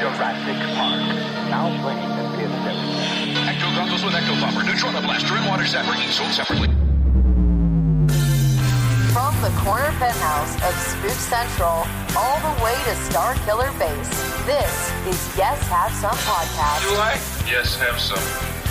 Jurassic Park. Now playing the theater. Ecto goggles with ecto bumper, neutron blaster, and water zapper, each sold separately. From the corner penthouse of Spook Central, all the way to Star Killer Base, this is Yes Have Some Podcast. I? Yes, have some.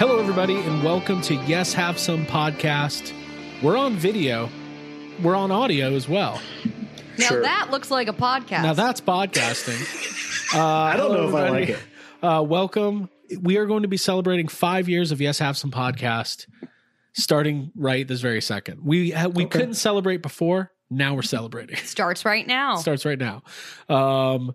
Hello, everybody, and welcome to Yes Have Some podcast. We're on video, we're on audio as well. Now that looks like a podcast. Now that's podcasting. I don't know if I like it. Uh, welcome. We are going to be celebrating five years of Yes Have Some podcast, starting right this very second. We ha- we couldn't celebrate before. Now we're celebrating. starts right now. starts right now. Um,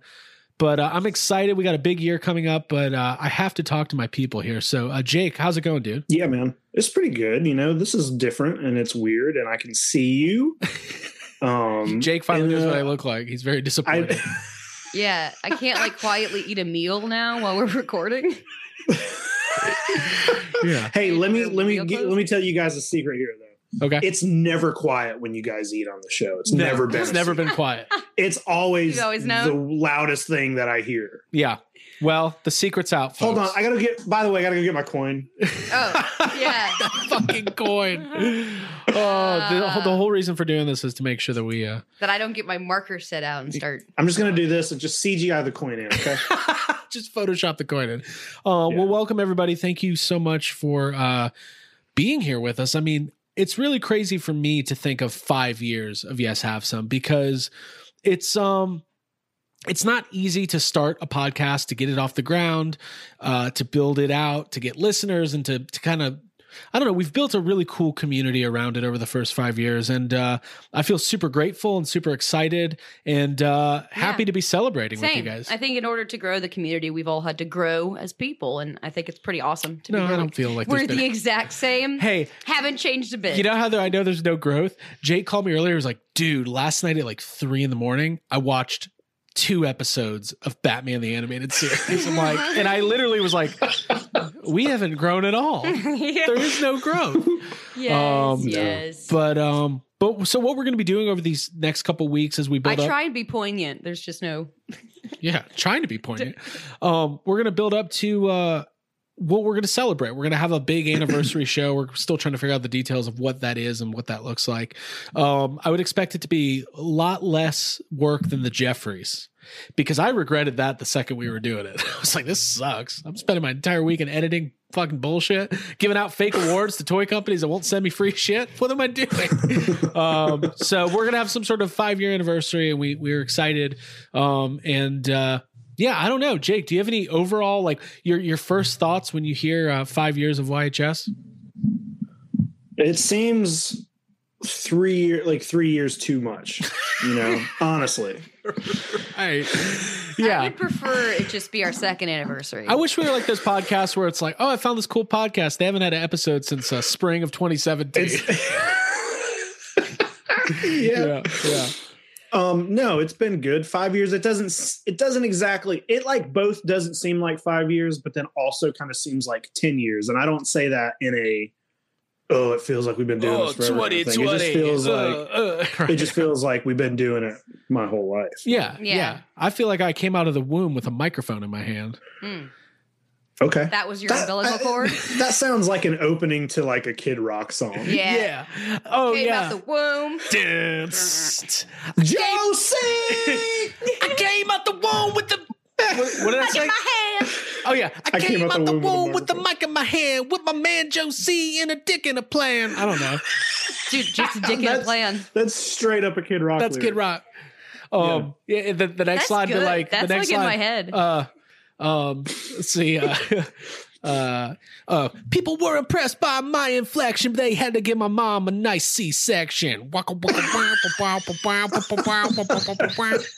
but uh, I'm excited. We got a big year coming up, but uh, I have to talk to my people here. So, uh, Jake, how's it going, dude? Yeah, man. It's pretty good. You know, this is different and it's weird and I can see you. Um Jake finally and, knows what I uh, look like. He's very disappointed. I, yeah, I can't like quietly eat a meal now while we're recording. yeah. hey, let me let me Real get, close? let me tell you guys a secret here though. Okay. It's never quiet when you guys eat on the show. It's No, never been. It's never been quiet. It's always, You've always the known? loudest thing that I hear. Yeah. Well, the secret's out. Hold on, folks. I gotta get. By the way, I gotta go get my coin. Oh, yeah. fucking coin. oh, the, the whole reason for doing this is to make sure that we. uh That I don't get my marker set out and start. I'm just gonna do this and just CGI the coin in. Okay. just Photoshop the coin in. Uh, Well, welcome everybody. Thank you so much for uh, being here with us. I mean, it's really crazy for me to think of five years of Yes Have Some because it's um it's not easy to start a podcast to get it off the ground, uh, to build it out, to get listeners, and to to kind of. I don't know. We've built a really cool community around it over the first five years, and uh, I feel super grateful and super excited and uh, happy Yeah. to be celebrating with you Same. guys. I think in order to grow the community, we've all had to grow as people, and I think it's pretty awesome to No, be. I here. don't feel like we're there's been- the exact same. Hey, haven't changed a bit. You know how there, I know there's no growth? Jake called me earlier. He was like, dude, last night at like three in the morning, I watched two episodes of Batman the Animated Series. I'm like, and I literally was like, we haven't grown at all. There yeah. is no growth. yes, Um, no. yes. But, um, but so what we're going to be doing over these next couple weeks as we I build up try and be poignant. There's just no. yeah trying to be poignant um we're gonna build up to uh what we're gonna celebrate we're gonna have a big anniversary show we're still trying to figure out the details of what that is and what that looks like um i would expect it to be a lot less work than the jeffries because i regretted that the second we were doing it i was like this sucks i'm spending my entire weekend editing fucking bullshit giving out fake awards to toy companies that won't send me free shit what am i doing um so we're gonna have some sort of five year anniversary and we we're excited um, and uh, yeah, I don't know, Jake. Do you have any overall like your your first thoughts when you hear uh, five years of YHS? It seems three year like three years too much. You know, honestly. I, I yeah. would prefer it just be our second anniversary. I wish we were like those podcasts where it's like, oh, I found this cool podcast. They haven't had an episode since uh, spring of 2017. yeah. yeah, yeah. Um, no, it's been good. Five years. It doesn't. s- It doesn't exactly. It like both doesn't seem like five years, but then also kind of seems like ten years. And I don't say that in a. Oh, it feels like we've been doing this forever. kind of thing. It just feels Uh, like it just feels like we've been doing it my whole life. yeah, yeah, Yeah. I feel like I came out of the womb with a microphone in my hand. Mm. Okay. that was your That- umbilical I- cord. That sounds like an opening to like a Kid Rock song. Yeah. Yeah. Oh Came yeah. out the womb. Dance. Josie. I came out the womb with the. What did I say? my hand. Oh yeah, I, I came, out the womb, with, the mic in my hand, with my man Joe C and a dick in a plan. I don't know. Dude, just a dick in a That's- plan. That's straight up a Kid Rock. That's Kid lyric. Rock. Um, yeah. the, the next That's slide, Oh, to good. like That's the next like in slide, my head. Uh, um, let's see. Uh, Uh, uh, people were impressed by my inflection. They had to give my mom a nice C section.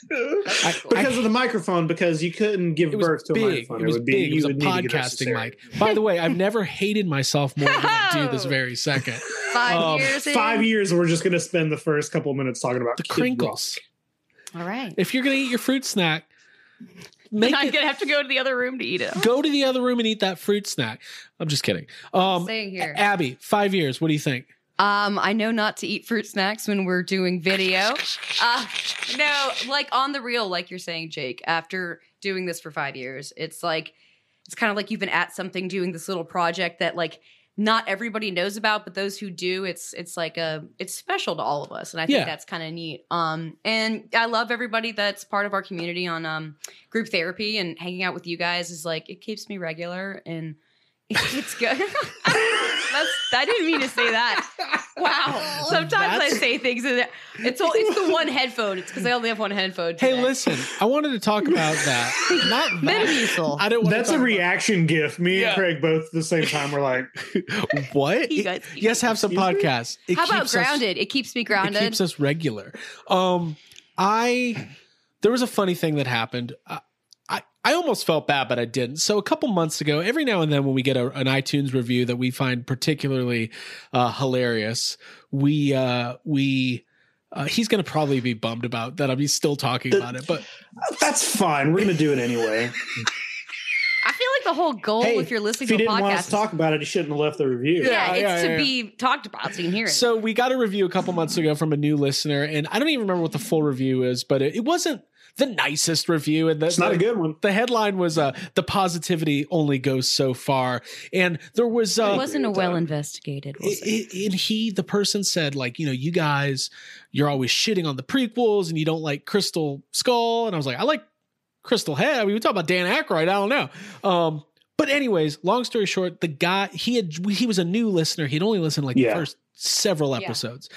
because of the microphone, because you couldn't give It was birth to a big. microphone. It was would be- big. It you was a would need to get a podcasting cesarean. mic. By the way, I've never hated myself more than I do Oh. this very second. Five Um, years. in? Five years, we're just going to spend the first couple of minutes talking about The Kid crinkles. All right. If you're gonna eat your fruit snack, And make I'm it, gonna have to go to the other room to eat it. go to the other room and eat that fruit snack. I'm just kidding. Um, Stay here. Abby, five years. What do you think? Um, I know not to eat fruit snacks when we're doing video. Uh, no, like on the real, like you're saying, Jake. After doing this for five years, it's like it's kind of like you've been at something doing this little project that like not everybody knows about, but those who do, it's it's like a it's special to all of us, and I think Yeah. that's kind of neat. Um, and I love everybody that's part of our community on um group therapy and hanging out with you guys is like it keeps me regular and it's good. That's, I didn't mean to say that. Wow. Sometimes I That's- say things and it's all, it's the one headphone. It's because I only have one headphone. Hey, today. listen, I wanted to talk about that. Not that. Metamucil. I don't. Rock. Want That's to a talk reaction gif. Me Yeah. and Craig both at the same time were like, about- What? You guys- you yes, have some Excuse me? podcasts. It How about keeps us- grounded? it keeps me grounded. It keeps us regular. Um, I there was a funny thing that happened. I, I I almost felt bad, but I didn't. So a couple months ago, every now and then when we get a, an iTunes review that we find particularly uh, hilarious, we uh, we. Uh, he's gonna probably be bummed about that. I'm still talking about it, but "That's fine. We're going to do it anyway." I feel like the whole goal, Hey, if you're listening if he to a didn't want podcast, us to talk about it, he shouldn't have left the review. yeah, Yeah, it's yeah, to yeah, yeah. be talked about so you can hear it. So we got a review a couple months ago from a new listener, and I don't even remember what the full review is, but it, it wasn't the nicest review. And the, It's not the, a good one. The headline was uh, "The positivity only goes so far," and there was uh, it wasn't a well investigated. We'll say. I- I- and he, the person said, like, you know, you guys, you're always shitting on the prequels and you don't like Crystal Skull. And I was like, I like Crystal Head. I mean, we talk about Dan Aykroyd. I don't know. Um, but anyways, long story short, the guy he had he was a new listener. He'd only listened like Yeah. the first several Yeah. episodes.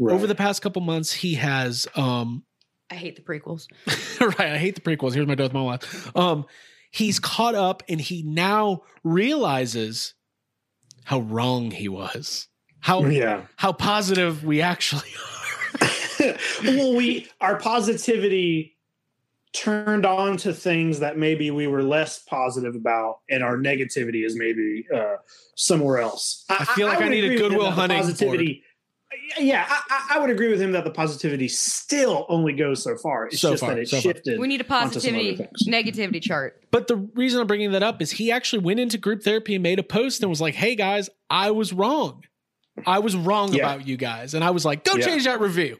Over the past couple months, he has um I hate the prequels. right. I hate the prequels. Here's my death, my life. Um, he's caught up, and he now realizes how wrong he was. How yeah. how positive we actually well, we our positivity turned on to things that maybe we were less positive about, and our negativity is maybe uh, somewhere else. I feel like I would need a agree with Goodwill him that the Hunting positivity. Yeah, I, I- I would agree with him that the positivity still only goes so far. It's So just far, that it so far. shifted. We need a onto some other positivity things. negativity chart. But the reason I'm bringing that up is he actually went into group therapy and made a post and was like, "Hey guys, I was wrong. I was wrong Yeah. about you guys." And I was like, "Go Yeah. change that review."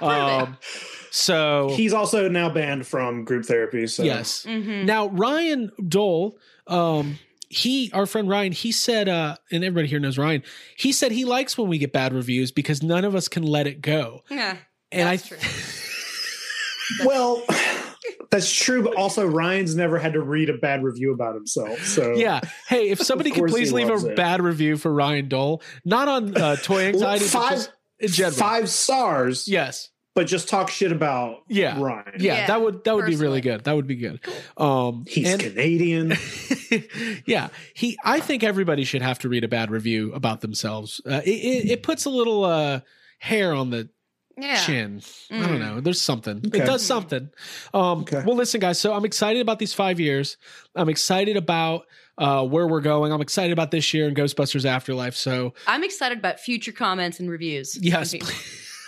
Um, so He's also now banned from group therapy. So yes. Mhm. Now Ryan Dole, um, he, our friend Ryan, he said, uh, and everybody here knows Ryan. He said he likes when we get bad reviews because none of us can let it go. Yeah, And that's I, true. Well, that's true, but also Ryan's never had to read a bad review about himself. So yeah, hey, if somebody could course please he leave loves a it. bad review for Ryan Dole, not on uh, toy anxiety, but Five- just in general. five stars, Yes. but just talk shit about Yeah. Ryan. Yeah, Yeah, that would that would be personally. really good. That would be good. Um He's and- Canadian. yeah, he I think everybody should have to read a bad review about themselves. Uh, it, it Mm-hmm. it puts a little uh hair on the yeah. chin. I don't know. There's something. Okay. It does something. Um, Okay. Well, listen, guys. So I'm excited about these five years. I'm excited about uh, where we're going. I'm excited about this year and Ghostbusters Afterlife. So I'm excited about future comments and reviews. yes, From people.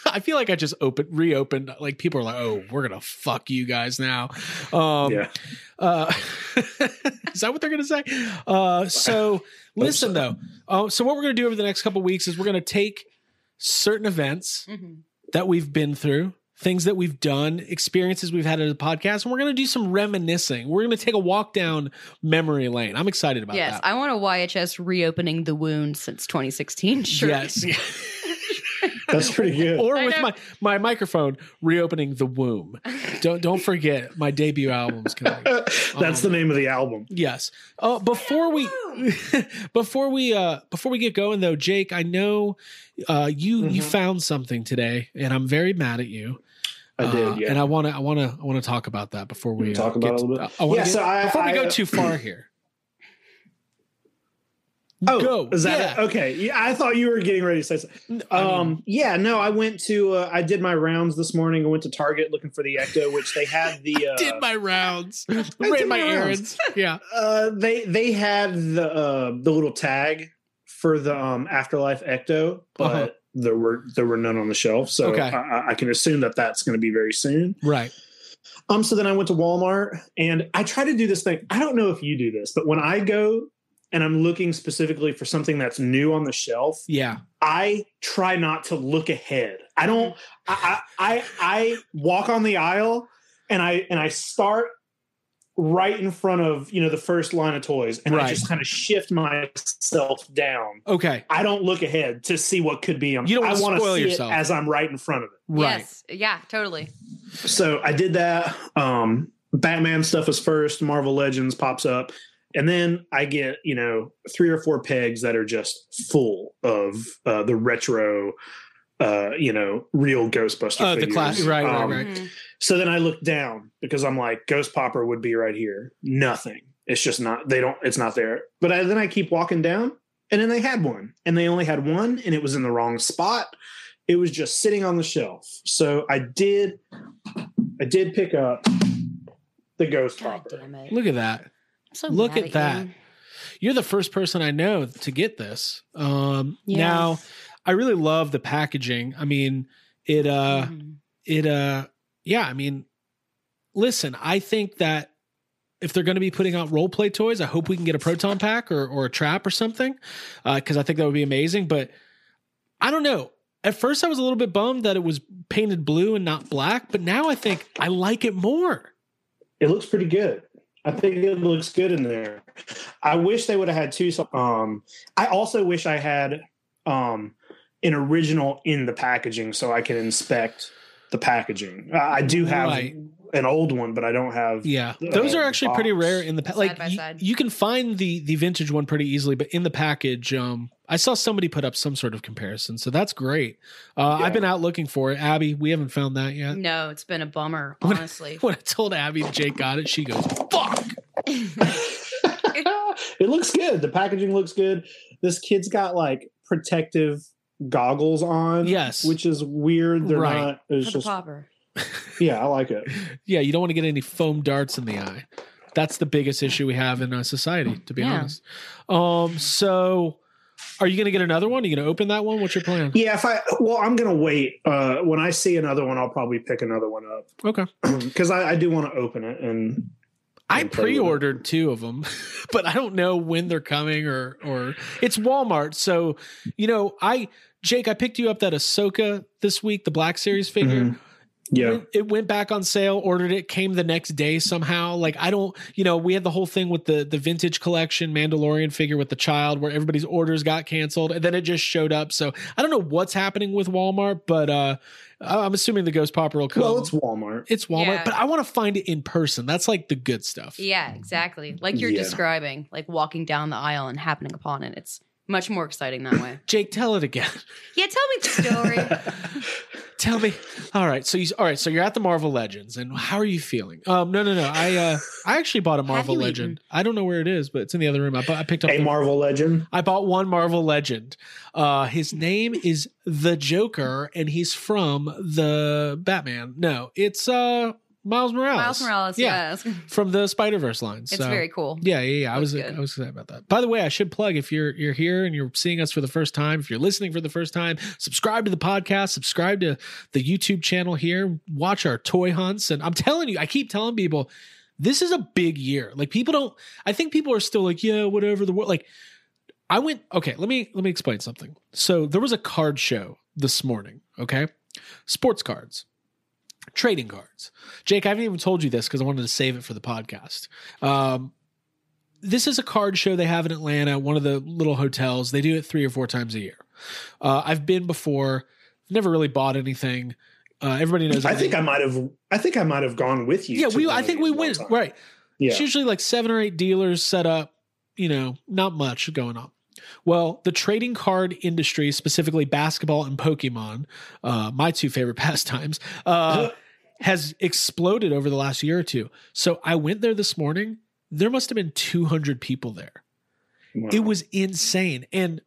I feel like I just opened, reopened. Like people are like, "Oh, we're gonna fuck you guys now." Um, yeah. uh, is that what they're going to say? Uh, so listen though. Uh, so what we're going to do over the next couple weeks is we're going to take certain events Mhm. that we've been through, things that we've done, experiences we've had at the podcast, and we're going to do some reminiscing. We're going to take a walk down memory lane. I'm excited about Yes, that. I want a YHS reopening the wound since 2016. Sure. Yes. That's pretty good. or I with know. my, my microphone reopening the womb. Don't don't forget my debut album's coming. That's the name of the album. Yes. Uh, before we before we uh before we get going though, Mm-hmm. Jake, I know uh you you found something today and I'm very mad at you. I Uh, did. Yeah. And I want to, I want to, I want to talk about that before we Wanna talk uh, about get- it a little bit? I wanna Yeah, get- so I- before we I- uh, go too far here. Oh, Go. is that Yeah. it? okay? Yeah, I thought you were getting ready to say something. I mean- Um, yeah, no, I went to uh, I did my rounds this morning. I went to Target looking for the Ecto, which they had the uh, did my rounds, I ran did my my errands. rounds. Yeah, uh, they they had the uh, the little tag for the um, Afterlife Ecto, but Uh-huh. there were there were none on the shelf, so Okay. I- I, I can assume that that's going to be very soon. right. Um, so then I went to Walmart and I try to do this thing. I don't know if you do this, but when I go and I'm looking specifically for something that's new on the shelf, Yeah, I try not to look ahead. I don't. I I I, I walk on the aisle and I and I start right in front of you know the first line of toys and Right. I just kind of shift myself down. okay, I don't look ahead to see what could be. on- You don't I wanna wanna spoil see it yourself. as I'm right in front of it right. Yes. Yeah, totally. so I did that. Um, Batman stuff is first. Marvel Legends pops up, and then I get you know three or four pegs that are just full of uh, the retro, uh, you know, real Ghostbuster. Uh, the figures. class- right, right, right. Mhm. So then I look down because I'm like, Ghost Popper would be right here. Nothing. It's just not. They don't. It's not there. But I, then I keep walking down, and then they had one, and they only had one, and it was in the wrong spot. It was just sitting on the shelf. So I did, I did pick up the Ghost God Popper. damn it. Look at that. I'm so look mad at that. you. You're the first person I know to get this. Um, Yeah. Now, I really love the packaging. I mean, it. uh Mhm. it uh yeah i mean listen i think that if they're going to be putting out role play toys i hope we can get a proton pack or or a trap or something because i think that would be amazing but i don't know at first i was a little bit bummed that it was painted blue and not black but now i think i like it more It looks pretty good. I think it looks good in there. I wish they would have had two. so- Um, I also wish I had um, an original in the packaging so I can inspect the packaging. I, I do have Right. an old one, but I don't have. yeah those are Uh, actually pretty box. rare in the pa- Side like by you- side. You, can find the the vintage one pretty easily but in the package um i saw somebody put up some sort of comparison so that's great uh Yeah. i've been out looking for it abby we haven't found that yet No, it's been a bummer, What- honestly. when I told Abby that Jake got it, she goes, "Fuck." it looks good. The packaging looks good. This kid's got like protective goggles on. Yes. Which is weird. They're Right. not. For It's the just. popper. Yeah, I like it. Yeah, you don't want to get any foam darts in the eye. That's the biggest issue we have in uh, society, to be Yeah. honest. Um, so are you going to get another one? Are you going to open that one? What's your plan? Yeah, if I well, I'm gonna wait. Uh, when I see another one, I'll probably pick another one up Okay. because I, I do want to open it. And I I'm play with it. pre-ordered two of them, but I don't know when they're coming or or it's Walmart. So, you know, I Jake, I picked you up that Ahsoka this week, the Black Series figure. Mhm. yeah, It- it went back on sale ordered it came the next day somehow like i don't you know we had the whole thing with the the vintage collection mandalorian figure with the child where everybody's orders got canceled and then it just showed up so i don't know what's happening with walmart but uh I- i'm assuming the ghost popper will come well, it's Walmart. It's walmart Yeah. but i want to find it in person that's like the good stuff Yeah, exactly. Like you're Yeah. describing, like walking down the aisle and happening upon it. It's much more exciting that way. jake tell it again Yeah, tell me the story. tell me all right so you all right so you're at the marvel legends and how are you feeling um no no no i uh i actually bought a marvel you legend i don't know where it is but it's in the other room i, bu- I picked up a the- Marvel legend. I bought one Marvel legend. Uh, his name is the Joker, and he's from the Batman. No, it's uh Miles Morales. Miles Morales, yeah, yes. from the Spider Verse line. It's so. very cool. Yeah, yeah, yeah. I was Looks I good. was excited about that. By the way, I should plug if you're you're here and you're seeing us for the first time, if you're listening for the first time, subscribe to the podcast, subscribe to the YouTube channel here, watch our toy hunts, and I'm telling you, I keep telling people this is a big year. Like people don't I think people are still like, yeah, whatever the world like I went okay, let me let me explain something. So there was a card show this morning, okay? Sports cards. Trading cards. Jake, I haven't even told you this because I wanted to save it for the podcast. Um, this is a card show they have in Atlanta, one of the little hotels. They do it three or four times a year. Uh, I've been before, never really bought anything. Uh, everybody knows. I think I might have. I think I might have gone with you. yeah, to we. one I of think these we one went time. right. Yeah, It's usually like seven or eight dealers set up, you know, not much going on. Well, the trading card industry, specifically basketball and Pokemon, uh, my two favorite pastimes, uh, has exploded over the last year or two. So I went there this morning. There must have been 200 people there. It Uh-huh. was insane. And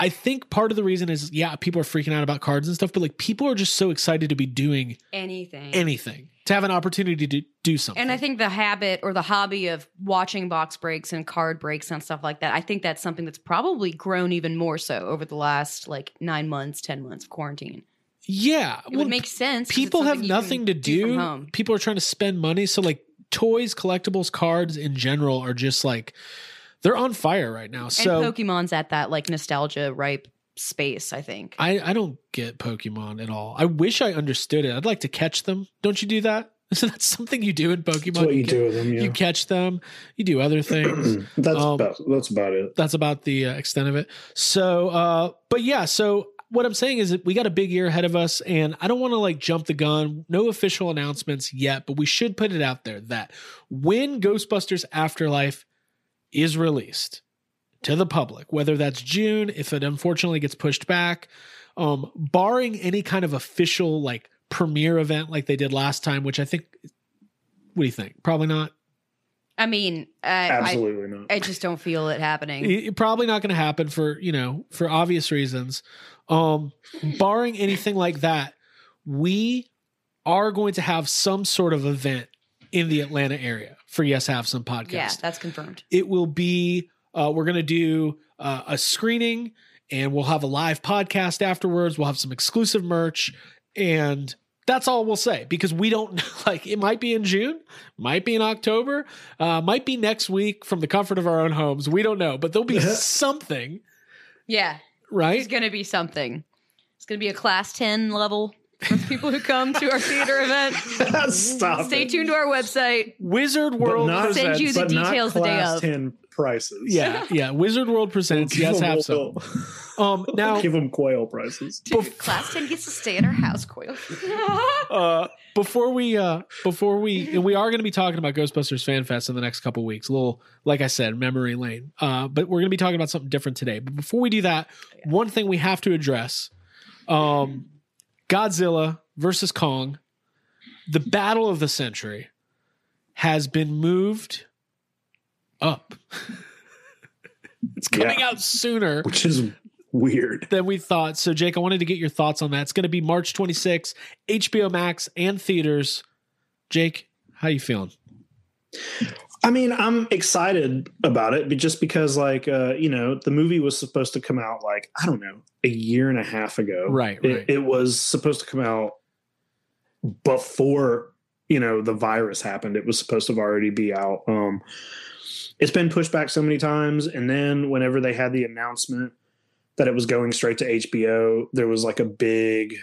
I think part of the reason is, yeah, people are freaking out about cards and stuff, but like people are just so excited to be doing Anything. anything, to have an opportunity to do something. And I think the habit or the hobby of watching box breaks and card breaks and stuff like that, I think that's something that's probably grown even more so over the last like nine months, 10 months of quarantine. yeah, It would make sense. 'cause it's people have something you can nothing to do. from home. People are trying to spend money, so like toys, collectibles, cards in general are just like they're on fire right now. So and Pokemon's at that like nostalgia ripe space, I think. I I don't get Pokemon at all. I wish I understood it. I'd like to catch them. Don't you do that? So that's something you do in Pokemon. That's what you ca- do with them. You Yeah. catch them. You do other things. that's um, about that's about it. that's about the uh, extent of it. So, uh, but yeah, so what I'm saying is that we got a big year ahead of us, and I don't want to like jump the gun. No official announcements yet, but we should put it out there that when Ghostbusters Afterlife is released to the public, whether that's June, if it unfortunately gets pushed back, um, barring any kind of official like premiere event like they did last time, which I think, what do you think? Probably not. I mean, I, Absolutely not. I, I just don't feel it happening. It- it probably not going to happen for you know for obvious reasons um barring anything like that we are going to have some sort of event in the atlanta area for yes have some podcast yeah, that's confirmed. it will be uh, we're going to do uh, a screening and we'll have a live podcast afterwards we'll have some exclusive merch and that's all we'll say because we don't like it might be in june might be in october uh, might be next week from the comfort of our own homes we don't know but there'll be Uh-huh. something Yeah, it's right going to be something. It's going to be a class 10 level for people who come to our theater event. Stop. Stay it. tuned to our website. wizard But world not- Send you the but not details the day class of. Ten prices. yeah yeah wizard world presents yes have some um now give them quail prices. Dude, class 10 gets to stay in our house, Coil. Uh, before we uh before we and we are going to be talking about ghostbusters fan fest in the next couple weeks a little like i said memory lane uh but we're going to be talking about something different today but before we do that one thing we have to address um godzilla versus kong the battle of the century has been moved up it's coming out sooner which is weird. than we thought. So, Jake, I wanted to get your thoughts on that. It's going to be March 26th, HBO Max and theaters. Jake, how you feeling? I mean, I'm excited about it, but just because, like, uh, you know, the movie was supposed to come out like I don't know, a year and a half ago. Right, Oh, It, right. it was supposed to come out before you know the virus happened. It was supposed to have already be out. Um, it's been pushed back so many times, and then whenever they had the announcement that it was going straight to HBO, there was like a big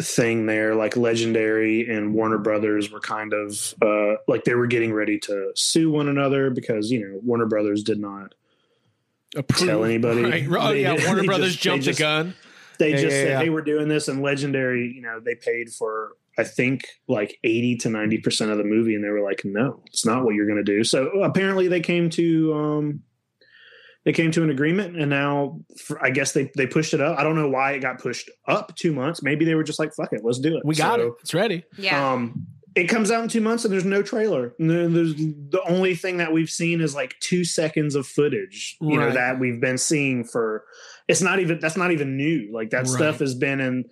thing there like legendary and warner brothers were kind of uh like they were getting ready to sue one another because you know warner brothers did not Approve. Tell Right. anybody. Oh, They- yeah. they Warner just- Brothers they jumped just- the gun. they Yeah, just yeah, said yeah. hey we're doing this and legendary you know they paid for i think like 80 to 90 percent of the movie and they were like no it's not what you're gonna do so apparently they came to um they came to an agreement and now for, i guess they they pushed it up i don't know why it got pushed up two months maybe they were just like fuck it let's do it We got So- it. It's ready. yeah. um, it comes out in two months and there's no trailer. And there- There's the only thing that we've seen is like two seconds of footage, you know, Right. that we've been seeing for. It's not even that's not even new. Like that Right. stuff has been in.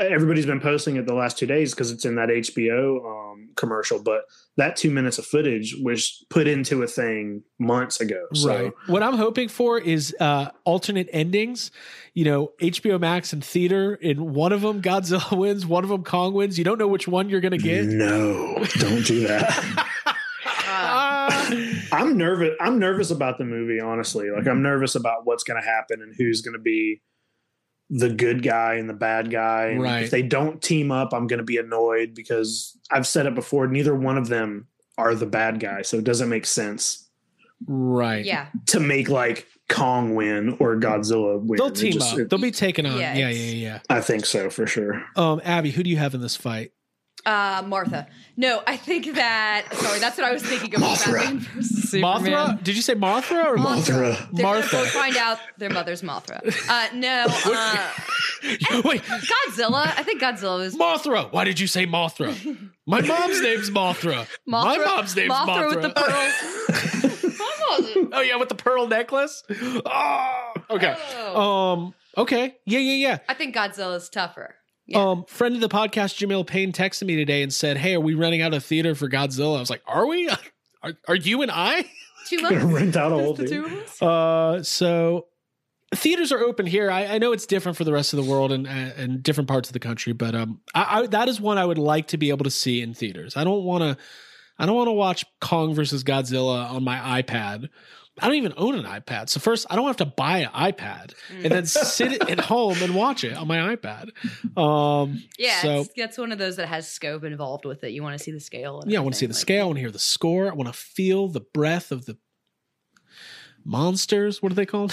Everybody's been posting it the last two days because it's in that HBO um, commercial. But that two minutes of footage was put into a thing months ago. So Right. What I'm hoping for is uh alternate endings. You know, HBO Max and theater. In one of them, Godzilla wins. One of them, Kong wins. You don't know which one you're going to get. no, don't do that. Uh, Ah. I'm nervous. I'm nervous about the movie, honestly. Like Mm-hmm. I'm nervous about what's going to happen and who's going to be the good guy and the bad guy. And Right. If they don't team up, I'm going to be annoyed because I've said it before. Neither one of them are the bad guy, so it doesn't make sense right. yeah. to make like Kong win or Godzilla win. They'll It team just- up. it- They'll be taken on. Yeah, yeah, yeah, it's- yeah. I think so for sure. Um, Abby, who do you have in this fight? Uh, Martha. No, I think that. Sorry, that's what I was thinking of. Mothra. Batman versus Superman. Mothra? Did you say Mothra or Mothra. They're gonna Martha. both find out their mother's Mothra. Uh, no, uh, Wait, Godzilla. I think Godzilla is Mothra. Why did you say Mothra? My mom's name's Mothra. My Mothra- mom's name's Mothra, Mothra. with the pearls. what was it? oh yeah, with the pearl necklace. Oh, okay. Um. Okay. Yeah. Yeah. Yeah. I think Godzilla's tougher. Yeah. Um, friend of the podcast, Jamil Payne, texted me today and said, "Hey, are we running out of theater for Godzilla?" I was like, "Are we? Are, are you and I?" Two Gonna months. rent out a whole the two dude. of us. Uh, so theaters are open here. I, I know it's different for the rest of the world and and different parts of the country, but um, I, I that is one I would like to be able to see in theaters. I don't want to. I don't want to watch Kong versus Godzilla on my iPad. I don't even own an iPad. So first, I don't have to buy an iPad Mm. and then sit at home and watch it on my iPad. Um, Yeah, so- it's- that's one of those that has scope involved with it. You want to see the scale. And yeah, I want to see the everything, scale. I want to hear the score. I want to feel the breath of the monsters. What are they called?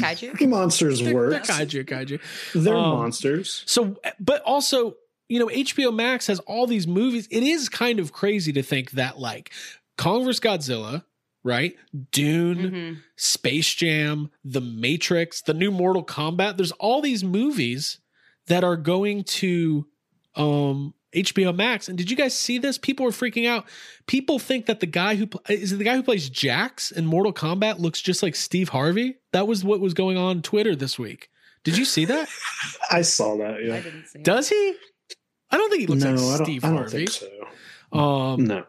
like Kaiju. Monsters They're work. kaiju, kaiju. They're Um, monsters. So, but also, you know, HBO Max has all these movies. It is kind of crazy to think that, like, Kong vs. Godzilla, right? Dune, Mhm. Space Jam, The Matrix, the new Mortal Kombat. There's all these movies that are going to um HBO Max. And did you guys see this? People were freaking out. People think that the guy who pl- is it the guy who plays Jax in Mortal Kombat looks just like Steve Harvey. That was what was going on Twitter this week. Did you see that? I saw that. I Yeah. didn't see. it. Does he? I don't think he looks no, like I don't, Steve I don't Harvey. think so. Um No.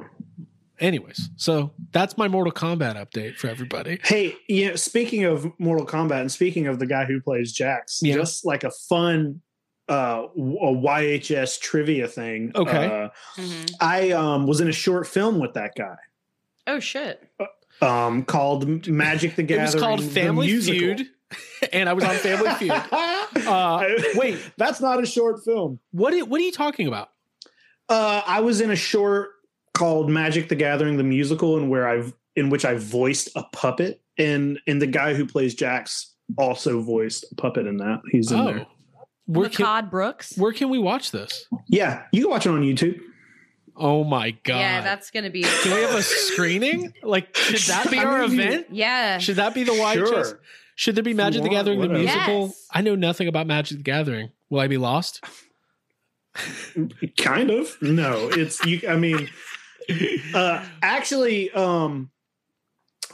anyways, so that's my Mortal Kombat update for everybody. Hey, you know, speaking of Mortal Kombat and speaking of the guy who plays Jax, Yeah. just like a fun uh w- a YHS trivia thing. Okay. Uh, Mhm. I um was in a short film with that guy Oh shit! um called M- Magic the Gathering. it was called the Family musical. Feud. And I was on Family Feud. Uh, wait, That's not a short film. what? Are, what are you talking about? Uh I was in a short called Magic the Gathering the musical and where I've in which I voiced a puppet and and the guy who plays Jax also voiced a puppet in that. He's in there. Oh, where can, Todd Brooks. where can we watch this? Yeah, you can watch it on YouTube. Oh my god! Yeah, that's gonna be. Can we have a screening? Like, should that be I our mean, you- event? Yeah. Should that be the YHS? Should there be If you Magic the want, Gathering the whatever. musical? Yes. I know nothing about Magic the Gathering. Will I be lost? Kind of. No, it's you I mean uh actually um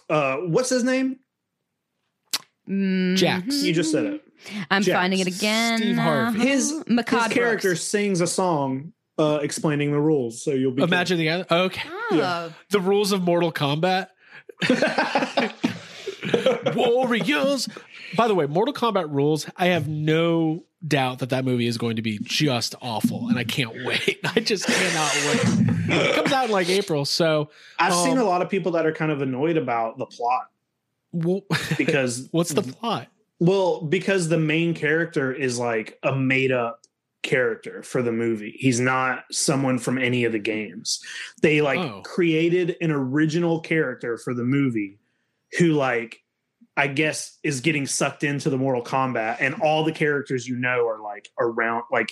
uh what's his name? Mhm. Jax. You just said it. I'm Jax. finding it again. Steve Harvey. His- Uh-huh. His Makad character Brooks. sings a song uh explaining the rules, so you'll be Imagine the Gathering. Okay, Oh, the rules of Mortal Kombat. Warriors. By the way, Mortal Kombat rules. I have no doubt that that movie is going to be just awful, and I can't wait. I just cannot wait. It comes out in like April, so I've Um, seen a lot of people that are kind of annoyed about the plot we'll, because what's the plot? well, because the main character is like a made up character for the movie. He's not someone from any of the games. They like Oh. created an original character for the movie who like I guess is getting sucked into the Mortal Kombat and all the characters you know are like around like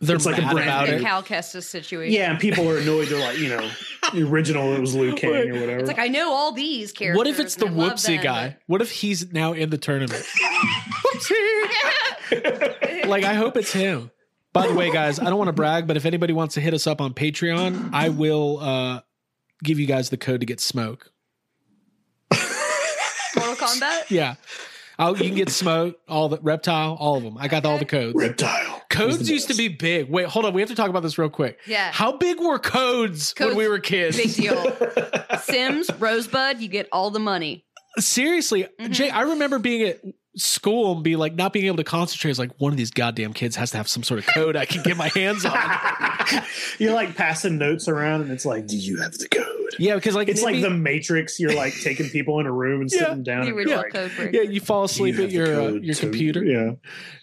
They're It's mad like a brand about new the it. Cal Kestis situation. yeah, and people are annoyed they're like, you know, the original it was Liu Kang or whatever. It's like I know all these characters. What if it's the and I love whoopsie them, guy? What if he's now in the tournament? whoopsie! like, I hope it's him. By the way, guys, I don't want to brag, but if anybody wants to hit us up on Patreon, I will uh, give you guys the code to get smoke. but Mortal Kombat. Yeah. I'll, you can get smoke, all the reptile, all of them. I got all the codes. reptile. Codes used to be big. Wait, hold on. We have to talk about this real quick. Yeah. How big were codes, when Codes- we were kids? Big deal. Sims, Rosebud, you get all the money. Seriously, Mm-hmm. Jay, I remember being at school and be like not being able to concentrate. It's like one of these goddamn kids has to have some sort of code I can get my hands on. You're like passing notes around and it's like, do you have the code? Yeah, because like It's it'd like be- the Matrix. You're like taking people in a room and Yeah. sitting down. The and original like, code breaker. yeah, you fall "Do you asleep at have the your uh, code your to-" computer Yeah.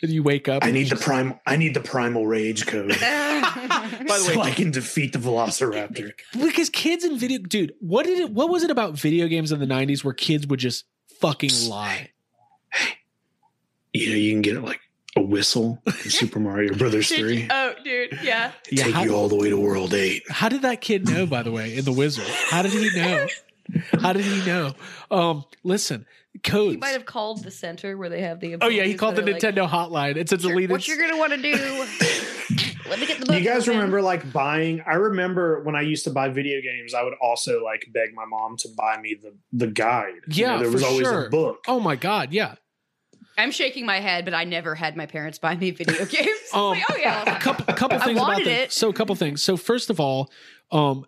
and you wake up. I and need it's the just- primal. I need the primal rage code By the way, so I can defeat the Velociraptor. because kids in video, dude, what did it? What was it about video games in the '90s where kids would just fucking lie? You know, you can get like a whistle in Super Mario Brothers Did you- Three. oh, dude. Yeah. Yeah, Take how- you all the way to World Eight. How did that kid know, by the way, in The Wizard? How did he know? How did he know? Um, listen, He codes. might have called the center where they have the. Oh yeah, he employees called the that are like, Nintendo hotline. It's a deleted. What you're gonna want to do? Let me get the. Do Book you guys open." remember like buying? I remember when I used to buy video games, I would also like beg my mom to buy me the the guide. You know, yeah, there was for always sure. a book. Oh my god, yeah. I'm shaking my head, but I never had my parents buy me video games. Um, Like, oh a yeah, couple, a couple I things about wanted this. it. So, a couple things. So, first of all, um,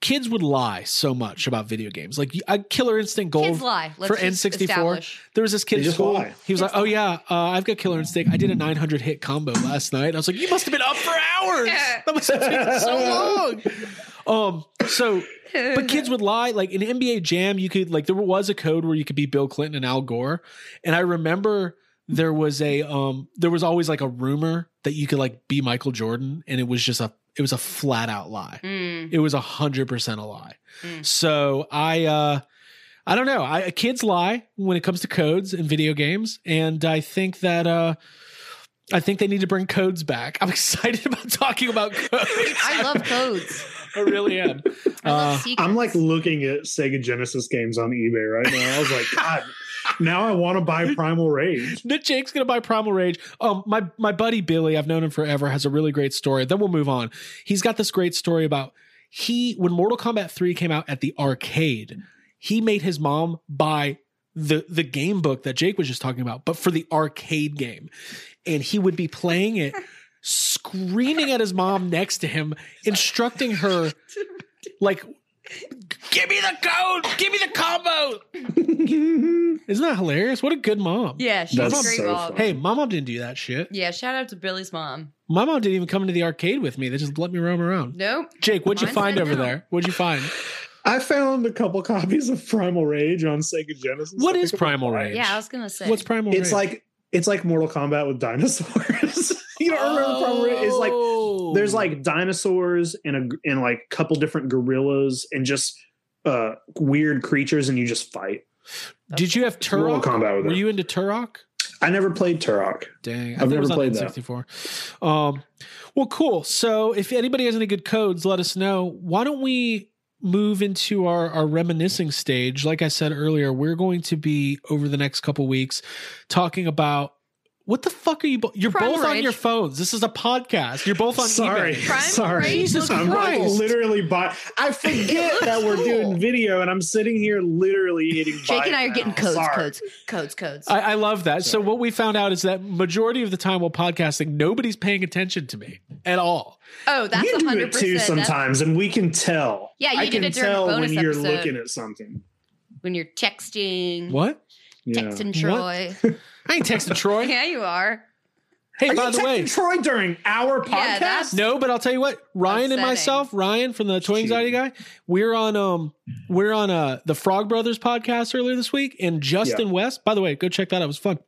kids would lie so much about video games. Like, I, Killer Instinct Gold kids lie. Let's Oh. for just N64. establish. There was this kid They at just school. lie. He was like, "Oh yeah, uh, I've got Killer Instinct. I did a 900 hit combo last night." I was like, "You must have been up for hours. Yeah. That must have taken so long." Um, so but kids would lie. Like in NBA Jam, you could like there was a code where you could be Bill Clinton and Al Gore, and I remember there was a um there was always like a rumor that you could like be Michael Jordan, and it was just a it was a flat out lie. Mm. It was a hundred percent a lie. Mm. So I uh I don't know. I kids lie when it comes to codes in video games, and I think that uh I think they need to bring codes back. I'm excited about talking about codes. I love codes. I really am. I love Uh, secrets. I'm like looking at Sega Genesis games on eBay right now. I was like, God, now I want to buy Primal Rage. Nick Jake's gonna buy Primal Rage. Um, my my buddy Billy, I've known him forever, has a really great story. Then we'll move on. He's got this great story about he when Mortal Kombat 3 came out at the arcade, he made his mom buy the the game book that Jake was just talking about, but for the arcade game. And he would be playing it, screaming at his mom next to him, instructing her like give me the code, give me the combo. Isn't that hilarious? What a good mom. yeah, she's That's a great so mom. funny. Hey, my mom didn't do that shit. Yeah, shout out to Billy's mom. My mom didn't even come to the arcade with me. They just let me roam around. Nope. Jake, what'd you Mine's find not over now. there? What'd you find? I found a couple copies of Primal Rage on Sega Genesis. What I is think I'm Primal gonna buy it. Rage? Yeah, I was gonna say. What's Primal It's like it's like Mortal Kombat with dinosaurs. you don't remember Primal Rage? It's like there's Oh. like dinosaurs and a and like a couple different gorillas and just uh weird creatures and you just fight. Did you have Mortal Turok? Kombat with Oh. Were it. you into Turok? I never played Turok. Dang, I I've think it never was on played that. N64. Um, well, cool. So if anybody has any good codes, let us know. Why don't we move into our, our reminiscing stage? Like I said earlier, we're going to be over the next couple weeks talking about what the fuck are you? Bo- you're Primal both on Rage. your phones. This is a podcast. You're both on. Sorry, eBay. Primal sorry. Rage looks I'm like cool. literally buy. I forget that we're cool. doing video, and I'm sitting here literally hitting. Jake buy and I are now. getting codes, Sorry. codes, codes, codes. I, I love that. So what we found out is that majority of the time while podcasting, nobody's paying attention to me at all. oh, that's you a do hundred it too percent. sometimes, and we can tell. Yeah, you I did can it during the tell bonus when you're episode. looking at something. When you're texting, What? Yeah. texting What? Troy. I ain't texting Troy. yeah, you are. Hey, Are by you the texting way, Troy during our podcast? Yeah, that's- No, but I'll tell you what, Ryan and Upsetting. myself, Ryan from the Toy Anxiety Guy, we're on um we're on uh the Frog Brothers podcast earlier this week, and Justin West, by the way, go check that out. It was fun.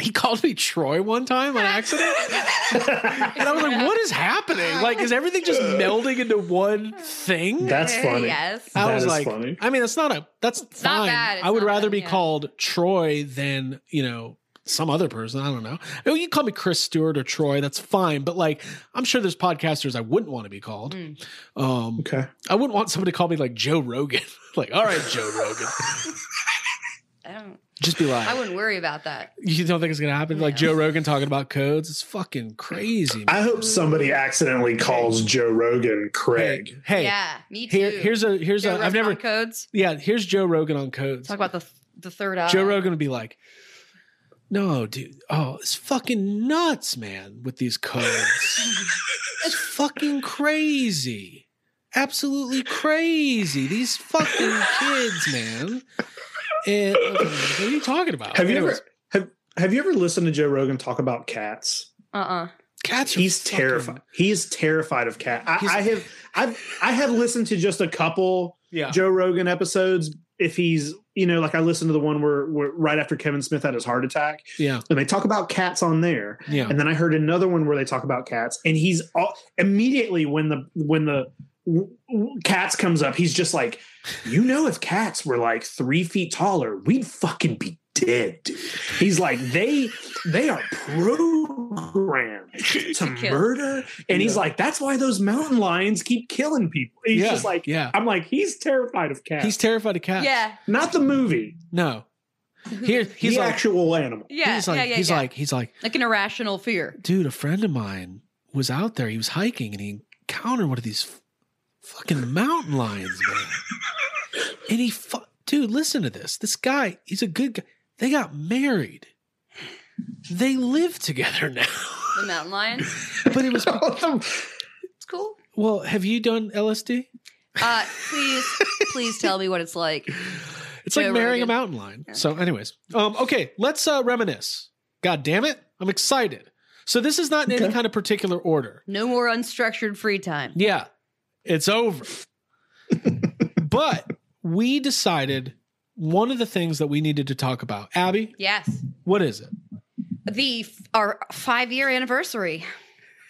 He called me Troy one time on accident. and I was like, what is happening? Like, is everything just melding into one thing? That's funny. Yes. I That was is like, funny. I mean, that's not a that's fine. not bad. It's I would not rather bad, be yeah. called Troy than you know some other person. I don't know. I mean, you can call me Chris Stewart or Troy. That's fine. But like, I'm sure there's podcasters I wouldn't want to be called. Mm. Um, Okay. I wouldn't want somebody to call me like Joe Rogan. like, all right, Joe Rogan, I don't. just be like, I wouldn't worry about that. you don't think it's gonna happen? Like No. Joe Rogan talking about codes. It's fucking crazy. man. I hope somebody accidentally calls Joe Rogan Craig. Hey, hey, yeah, me too. here, here's a here's Joe a I've Rogan never on codes. yeah here's Joe Rogan on codes. Talk about the the third eye. Joe Rogan would be like, "No, dude. Oh, it's fucking nuts, man. With these codes, it's fucking crazy. Absolutely crazy. These fucking kids, man. And what are you talking about? Have you Anyways, ever have Have you ever listened to Joe Rogan talk about cats? Uh uh Cats are He's fucking- terrified. He is terrified of cat. I, He's- I have I've I have listened to just a couple Yeah. Joe Rogan episodes. If he's you know like I listened to the one where, where right after Kevin Smith had his heart attack, yeah. and they talk about cats on there. Yeah. And then I heard another one where they talk about cats, and he's all, immediately when the when the w- w- cats comes up, he's just like, you know, if cats were like three feet taller, we'd fucking be dead, dude. He's like, they they are programmed to kill. murder. And he's Yeah. like, that's why those mountain lions keep killing people. He's Yeah, just like, yeah. I'm like, he's terrified of cats. He's terrified of cats. Yeah. Not the movie, No. Here he's the like actual animal. Yeah. he's like yeah, yeah, he's yeah. like he's like like an irrational fear. dude, a friend of mine was out there. He was hiking and he encountered one of these f- fucking mountain lions, man. and he, fu- dude, listen to this. This guy, he's a good guy. They got married. They live together now. The mountain lions. but it was It's cool. well. Have you done LSD? Uh, please, please tell me what it's like. It's Joe like marrying a Rogan. mountain lion. So, anyways, um, okay, let's uh, reminisce. God damn it, I'm excited. So this is not in any Okay. kind of particular order. No more unstructured free time. Yeah, it's over. but we decided one of the things that we needed to talk about. Abby, Yes. what is it? The f- our five year anniversary.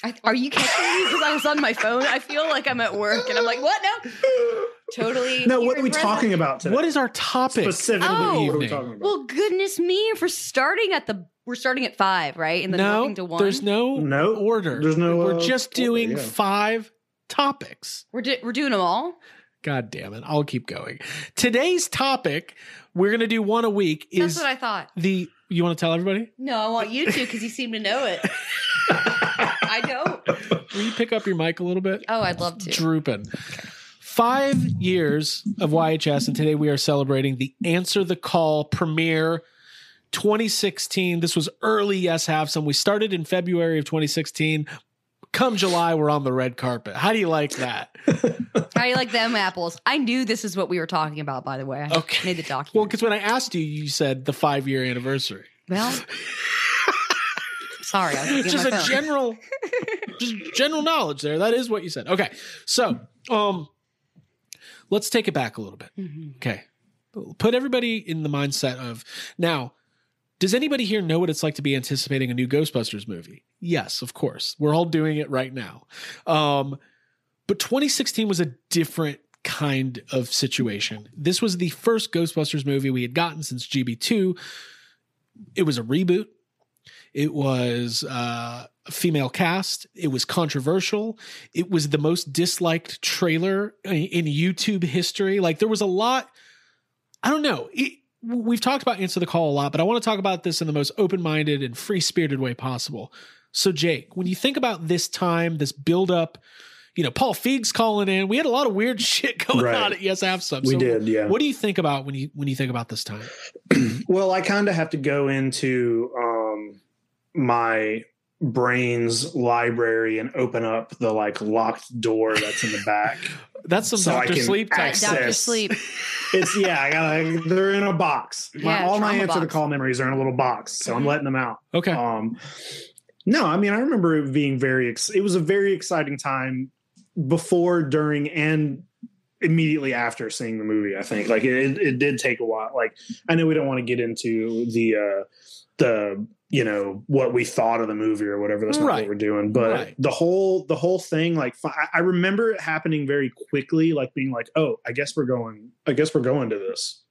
I, are you catching me? Because I was on my phone. I feel like I'm at work, and I'm like, what? No. Totally. No, what here are we present. talking about today? What is our topic? specifically Oh. what are we talking about? Well, goodness me, for starting at the we're starting at five, right? And then no, working to one. there's no No, order. there's no, We're uh, just order, doing yeah. five topics. We're do- we're doing them all. God damn it! I'll keep going. Today's topic, we're gonna do one a week. That's Is what I thought. the you want to tell everybody? No, I want you to because you seem to know it. I don't. Will you pick up your mic a little bit? Oh, I'd love to. drooping. Five years of YHS, and today we are celebrating the Answer the Call premiere 2016. This was early Yes Haves, and we started in February of 2016. Come July, we're on the red carpet. How do you like that? How do you like them apples? I knew this is what we were talking about, by the way. I Okay. made the document. Well, because when I asked you, you said the five year anniversary. Well, sorry, I was just just a my phone. general just general knowledge there that is what you said okay so um let's take it back a little bit Mm-hmm. okay put everybody in the mindset of now does anybody here know what it's like to be anticipating a new ghostbusters movie yes of course we're all doing it right now um but 2016 was a different kind of situation this was the first ghostbusters movie we had gotten since gb2 it was a reboot it was uh, a female cast. It was controversial. It was the most disliked trailer i- in YouTube history. Like there was a lot. I don't know. It, we've talked about answer the call a lot, but I want to talk about this in the most open minded and free spirited way possible. So Jake, when you think about this time, this build up, you know, Paul Feig's calling in. We had a lot of weird shit going Right. on at Yes Have Some. we So did, yeah. What do you think about when you when you think about this time? well, I kind of have to go into um, my brain's library and open up the like locked door that's in the back. That's some So I Doctor can Sleep type. access- stuff. Doctor Access. Sleep. it's yeah, I got they're in a box. My, Yeah, all my trauma answer to box. Mm-hmm. call memories are in a little box, so I'm letting them out. Okay. Um, no, I mean I remember it being very. Ex- it was a very exciting time before, during, and immediately after seeing the movie. I think like it, it did take a while. Like I know we don't want to get into the uh, the you know what we thought of the movie or whatever. That's not Right. what we're doing. But Right. the whole the whole thing, like fi- I- I remember it happening very quickly. Like being like, oh, I guess we're going. I guess we're going to this.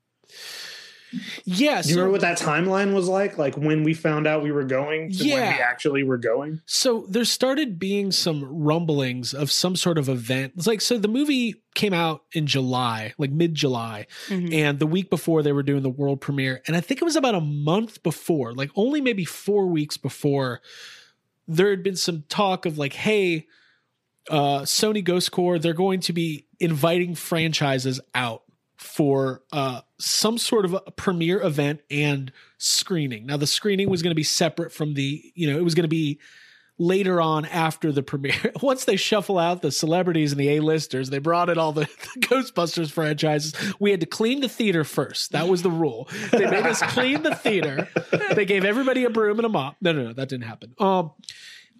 Yes. Do you remember what that timeline was like? Like when we found out we were going to when Yeah. we actually were going? So there started being some rumblings of some sort of event. It's like so the movie came out in July, like mid July, Mhm. and the week before they were doing the world premiere, and I think it was about a month before, like only maybe 4 weeks before there had been some talk of like hey, uh Sony Ghost Core, they're going to be inviting franchises out for uh some sort of a premiere event and screening. Now the screening was going to be separate from the, you know, it was going to be later on after the premiere. Once they shuffle out the celebrities and the A-listers, they brought in all the, the Ghostbusters franchises. We had to clean the theater first. That was the rule. They made us clean the theater. They gave everybody a broom and a mop. No, no, no, that didn't happen. Um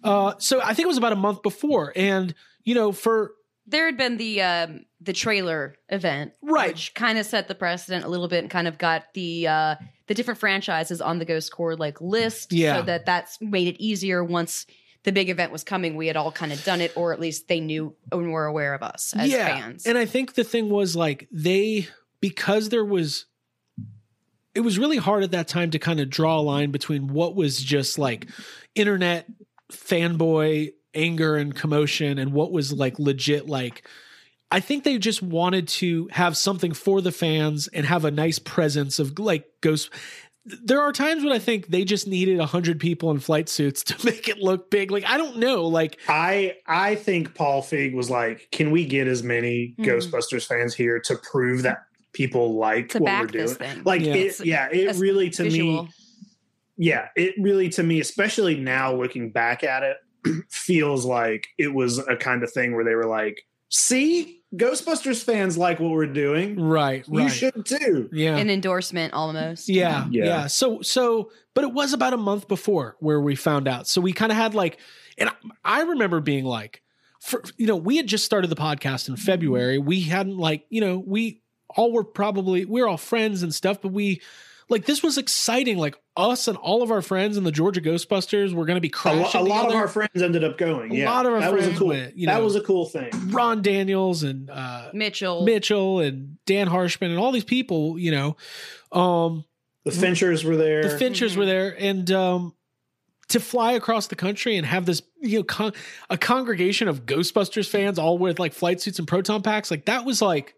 uh so I think it was about a month before and you know for There had been the um, the trailer event, Right. which kind of set the precedent a little bit, and kind of got the uh, the different franchises on the Ghost Core like list, Yeah. so that that's made it easier once. The big event was coming. We had all kind of done it, or at least they knew and were aware of us as fans. And I think the thing was like they because there was it was really hard at that time to kind of draw a line between what was just like internet fanboy anger and commotion and what was like legit like I think they just wanted to have something for the fans and have a nice presence of like ghost there are times when I think they just needed a hundred people in flight suits to make it look big. Like I don't know, like I I think Paul Feig was like, can we get as many Mm-hmm. Mhm. Ghostbusters fans here to prove that people like To what back we're doing? this thing. Like Yeah. it, yeah, it As really to Visual. me, yeah, it really to me, especially now looking back at it, feels like it was a kind of thing where they were like, see, Ghostbusters fans like what we're doing. right, right, You should too. yeah, an endorsement almost. yeah, yeah, Yeah. So so, but it was about a month before where we found out. So we kind of had like, and I- I remember being like, for you know, we had just started the podcast in February. We hadn't like, you know, we all were probably we were all friends and stuff, but we. Like this was exciting. Like us and all of our friends and the Georgia Ghostbusters were going to be A, crashing. lo- a lot of together. our friends ended up going. A yeah, lot of our that was friends a cool. went, you that know. was a cool thing. Ron Daniels and uh, Mitchell. Mitchell and Dan Harshman and all these people, you know, um, The Finchers were there. the Finchers Mhm. were there, and um, to fly across the country and have this, you know, con- a congregation of Ghostbusters fans all with like flight suits and proton packs, like that was like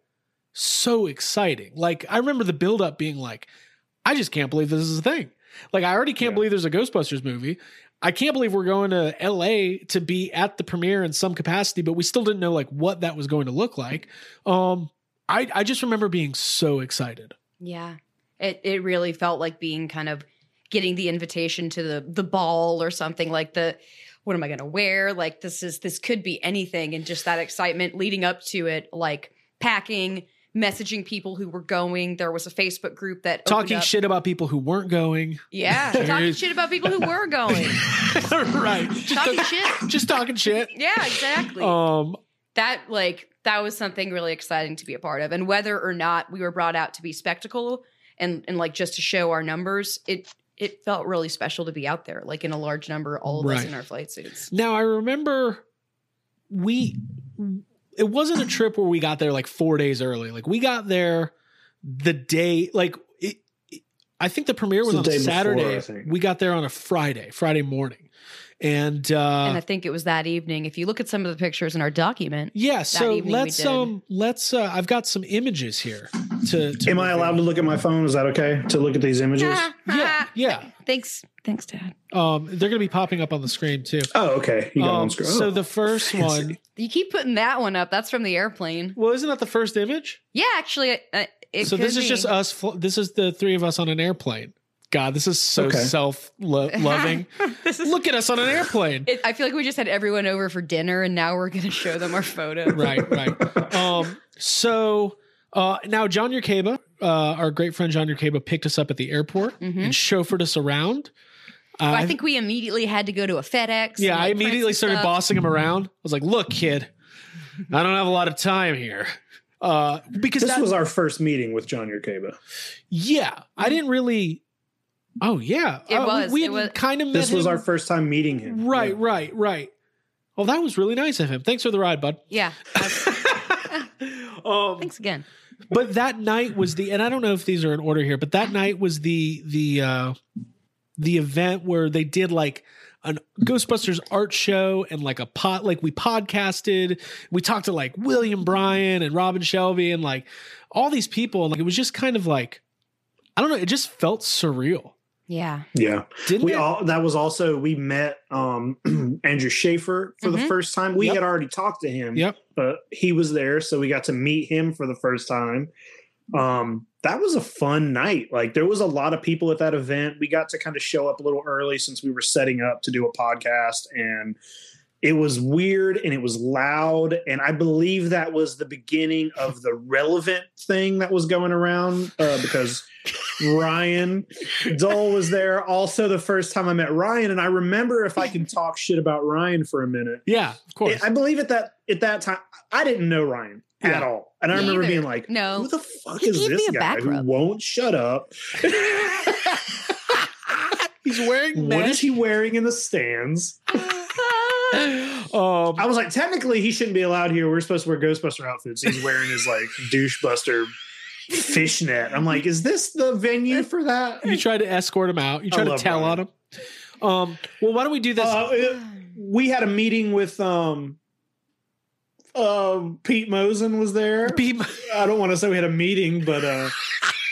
so exciting. Like I remember the build up being like, I just can't believe this is a thing. Like I already can't Yeah. believe there's a Ghostbusters movie. I can't believe we're going to LA to be at the premiere in some capacity, but we still didn't know like what that was going to look like. Um I I just remember being so excited. Yeah. It it really felt like being kind of getting the invitation to the the ball or something like the what am I going to wear? Like this is this could be anything and just that excitement leading up to it like packing, messaging people who were going. There was a Facebook group that opened Talking up- shit about people who weren't going. Yeah, There talking is- shit about people who were going. right. Just, talking shit. just talking shit. Yeah, exactly. Um that like that was something really exciting to be a part of and whether or not we were brought out to be spectacle and and like just to show our numbers it it felt really special to be out there like in a large number all of us Right. in our flight suits Now I remember we it wasn't a trip where we got there like 4 days early. Like we got there the day like it, it- I think the premiere It's was the on day before, Saturday. I think. we got there on a Friday, Friday morning. And uh and i think it was that evening if you look at some of the pictures in our document yeah, so evening we let's did. um let's uh I've got some images here to, to Am I allowed to look at my phone? Is that okay to look at these images? Yeah, yeah. Ah, thanks thanks dad Um they're going to be popping up on the screen too. Oh, okay. You got Um, one scroll. so the first Fancy. one, you keep putting that one up that's from the airplane well, isn't that the first image? yeah actually uh, it so this could is just be. us. Fl- this is the three of us on an airplane. God, this is so Okay. self lo- loving. this is Look at us on an airplane. it, i feel like we just had everyone over for dinner and now we're gonna show them our photo right, right. Um, so uh, now John Yerkeba, uh, our great friend John Yerkeba, picked us up at the airport Mhm. and chauffeured us around. Uh, Well, I think we immediately had to go to a FedEx. and, Yeah, I like, print immediately some started stuff. bossing him around. I was like, "Look, kid, I don't have a lot of time here." Uh, because this that, was our first meeting with John Yerkeba. yeah, I didn't really. Oh yeah, Mm-hmm. It Uh, we- was- We, it was- had kind of This was our first time meeting him. Right, Yeah. right, right. Well, that was really nice of him. Thanks for the ride, bud. Yeah. um, Thanks again. but that night was the, and I don't know if these are in order here, but that night was the the uh, the event where they did like an Ghostbusters art show and like a pot, like we podcasted, we talked to like William Bryan and Robin Shelby and like all these people, and like it was just kind of like, I don't know, it just felt surreal, Yeah. Yeah. didn't We it? all that was also we met um Andrew Schaefer for Mhm. the first time. We Mm-hmm. Yep. had already talked to him, Yep. but he was there, so we got to meet him for the first time. Um that was a fun night. Like there was a lot of people at that event. We got to kind of show up a little early since we were setting up to do a podcast and it was weird and it was loud and I believe that was the beginning of the relevant thing that was going around uh, because Ryan Dole was there. Also, the first time I met Ryan, and I remember if I can talk shit about Ryan for a minute. yeah, of course. I believe at that at that time I didn't know Ryan at Yeah. all, and I Me remember either. being like, No. who the fuck He is gave me this a guy back who rub." won't shut up? He's wearing What is mesh. he wearing in the stands?" um, I was like, "Technically, he shouldn't be allowed here. We're supposed to wear Ghostbuster outfits. He's wearing his like douchebuster fishnet. I'm like, is this the venue for that? You try to escort him out. You try to love tell on him. Um, well, why don't we do this? Uh, it- we had a meeting with um, uh, Pete Mosen was there. Be- I don't want to say we had a meeting, but uh,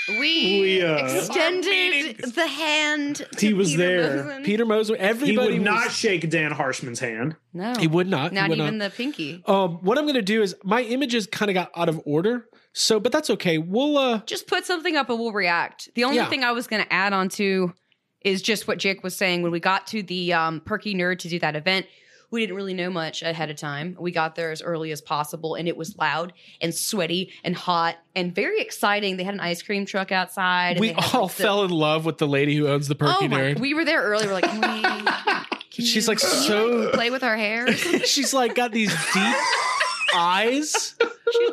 We, We, uh, extended the hand. To He was Peter there. Mosen. Peter Moser. he Everybody would was- not shake Dan Harshman's hand. No, He would not. He Not would even the pinky. Um, what I'm gonna do is my images kind of got out of order, so but that's okay. We'll uh, Just put something up and we'll react. The only Yeah. thing I was going to add on to is just what Jake was saying when we got to the um, Perky Nerd to do that event. We didn't really know much ahead of time. We got there as early as possible and it was loud and sweaty and hot and very exciting. They had an ice cream truck outside. and we they had, like, all the- fell in love with the lady who owns the Perky oh my, Nerd. We were there early. We're like, "Hey, can She's you- like can you, so- play with our hair. She's like got these deep eyes,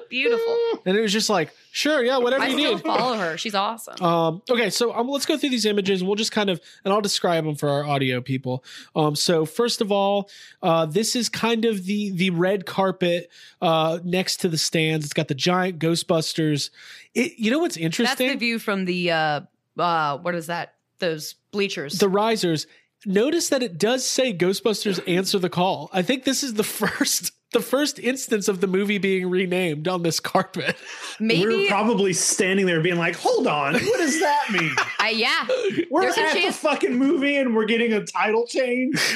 Beautiful. and it was just like, sure, yeah, whatever I you still need. follow her. She's awesome. Um, okay, so um, let's go through these images. We'll just kind of, and I'll describe them for our audio people. Um, so first of all, uh, this is kind of the the red carpet uh, next to the stands. It's got the giant Ghostbusters. It, you know what's That's the interesting? view from the uh uh what is that? Those bleachers. the risers. Notice that it does say Ghostbusters answer the call. I think this is the first the first instance of the movie being renamed on this carpet. we Maybe were probably standing there being like, "Hold on, what does that mean? I, yeah. We're There's a at the chance- fucking movie and we're getting a title change."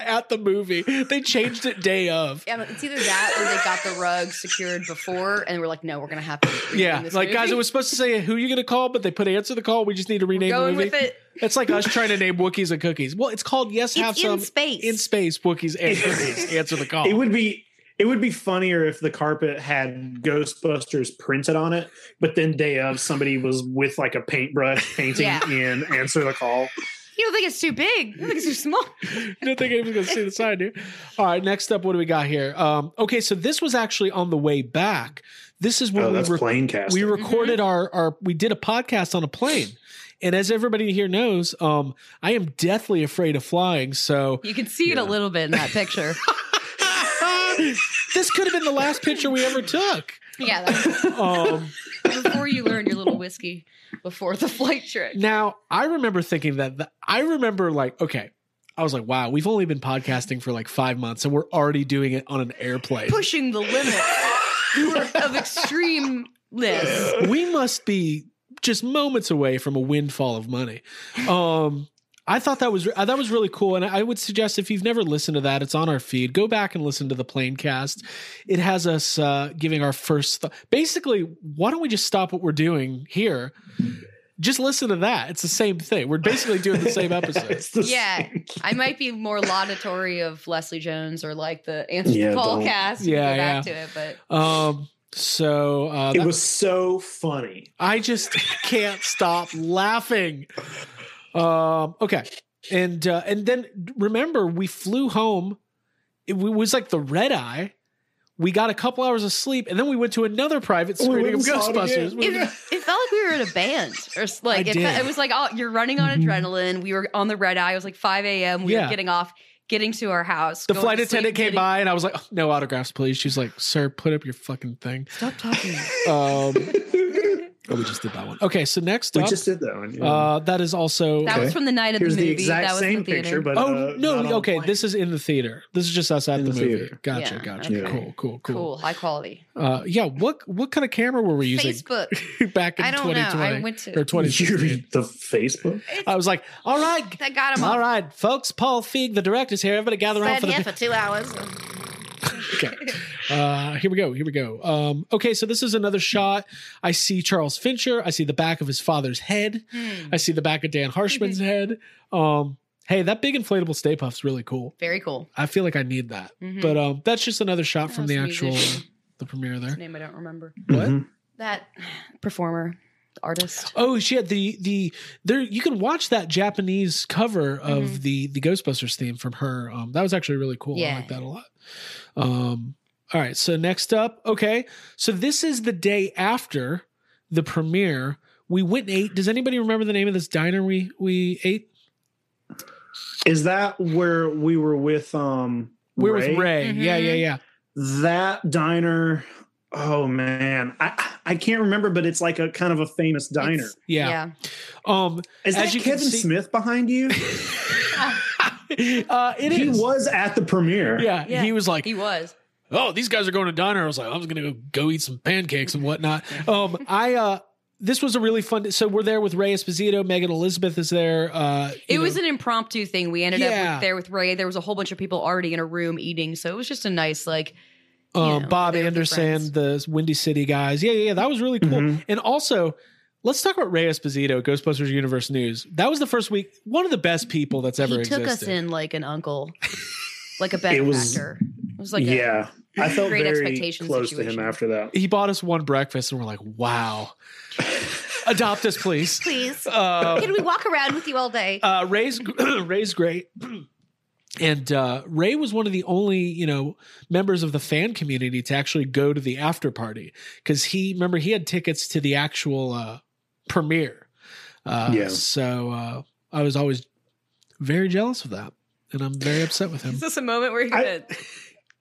at the movie, they changed it day of. Yeah, but it's either that or they got the rug secured before and we're like, no, we're gonna have to rename Yeah, this like guys, movie. it was supposed to say who you gonna call, but they put answer the call. We just need to rename going the movie. with it. It's like us trying to name Wookiees and cookies. Well, it's called Yes, It's have in some space. in space Wookiees and cookies. answer the call. It would be it would be funnier if the carpet had Ghostbusters printed on it, but then day of somebody was with like a paintbrush painting Yeah. in answer the call. You don't think it's too big. You think it's too small. Didn't think anybody was gonna see the sign, dude. All right, next up, what do we got here? Um, okay, so this was actually on the way back. This is when Oh, we that's were plain casting. we recorded our our we did a podcast on a plane. And as everybody here knows, um, I am deathly afraid of flying. So You can see it a little bit in that picture. this could have been the last picture we ever took. yeah, that's Um, before you learned your little whiskey before the flight trick. Now, I remember thinking that the, I remember like, okay, I was like, wow, we've only been podcasting for like five months and we're already doing it on an airplane. Pushing the limit of extremeness. We must be just moments away from a windfall of money. Um, I thought that was uh, that was really cool, and I would suggest if you've never listened to that, it's on our feed. Go back and listen to the plane cast. It has us uh, giving our first. Th- Basically, why don't we just stop what we're doing here? Just listen to that. It's the same thing. We're basically doing the same episode. It's the Yeah, I might be more laudatory of Leslie Jones or like the answer Yeah, the call don't. cast. Yeah, Yeah, go back to it, but Um. So uh, It that- was so funny. I just can't stop laughing. Um. Okay. And uh, and then remember, we flew home. It w- was like the red eye. We got a couple hours of sleep, and then we went to another private We screening went of and saw it Ghostbusters. again. We- it, it felt like we were in a band or s- like I it, fe- did. it was like oh you're running on adrenaline. We were on the red eye. It was like five a.m. We Yeah. were getting off, getting to our house. the going flight to sleep, attendant came getting- by, and I was like, "Oh, "No autographs, please." She's like, "Sir, put up your fucking thing." Stop talking. Um, oh, we just did that one. Okay, so next We up, just did that one. yeah. uh, that is also That was from the night of Here's the the movie. exact that was in same the theater. picture, but Oh uh, not on no! a Okay, plane. this is in the theater. This is just us at In the, the movie. theater. Gotcha, Yeah, gotcha. okay. Cool, cool, cool. Cool, high quality. Uh, yeah. What what kind of camera were we using Facebook. back in I don't know. 2020 I went to- or you 2016? read the Facebook. I was like, all right, That got him all off. right, folks. Paul Feig, the director's here. Everybody gather around for the. for two hours. Okay. Uh, here we go. Here we go. Um, okay, so this is another shot. I see Charles Fincher. I see the back of his father's head. Hmm. I see the back of Dan Harshman's Mm-hmm. head. Um, hey, that big inflatable Stay Puff's really cool. Very cool. I feel like I need that. Mhm. But um, that's just another shot from the That was a actual musician. the premiere His there. name I don't remember. What? Mhm. That performer, artist. Oh shit! The the there you can watch that Japanese cover of Mhm. the the Ghostbusters theme from her. Um, that was actually really cool. I Yeah. like that a lot. Um, all right. So next up, okay. So this is the day after the premiere. We went and ate. Does anybody remember the name of this diner we we ate? Is that where we were with um Mm-hmm. We were with Ray. Yeah, yeah, yeah. That diner Oh man, I I can't remember, but it's like a kind of a famous diner. It's- Yeah. Um, Is as that you can Kevin see- Smith behind you? uh, it he is. was at the premiere. Yeah, Yeah. he was like, He was. oh, these guys are going to diner. I was like, I was going to go eat some pancakes and whatnot. Um, I, uh, this was a really fun. So we're there with Ray Esposito, Megan Elizabeth is there. Uh, It you was know- an impromptu thing. We ended up Yeah. with, there with Ray. There was a whole bunch of people already in a room eating, so it was just a nice like. um, know, Bob they were good Anderson, the Windy City guys. Yeah, yeah, yeah, that was really cool. Mhm. And also, let's talk about Ray Esposito, Ghostbusters Universe News. That was the first week. One of the best people that's ever he took existed. us in like an uncle, like a It was- benefactor. It was like a- yeah. I felt Great very Expectations close to situation. him after that. He bought us one breakfast, and we're like, wow, adopt us, please. Please. Uh, Can we walk around with you all day? uh, Ray's Ray's great, and uh, Ray was one of the only you know members of the fan community to actually go to the after party because he remember he had tickets to the actual uh, premiere. Uh, Yeah. So uh, I was always very jealous of that, and I'm very upset with him. Is this a moment where you're I- gonna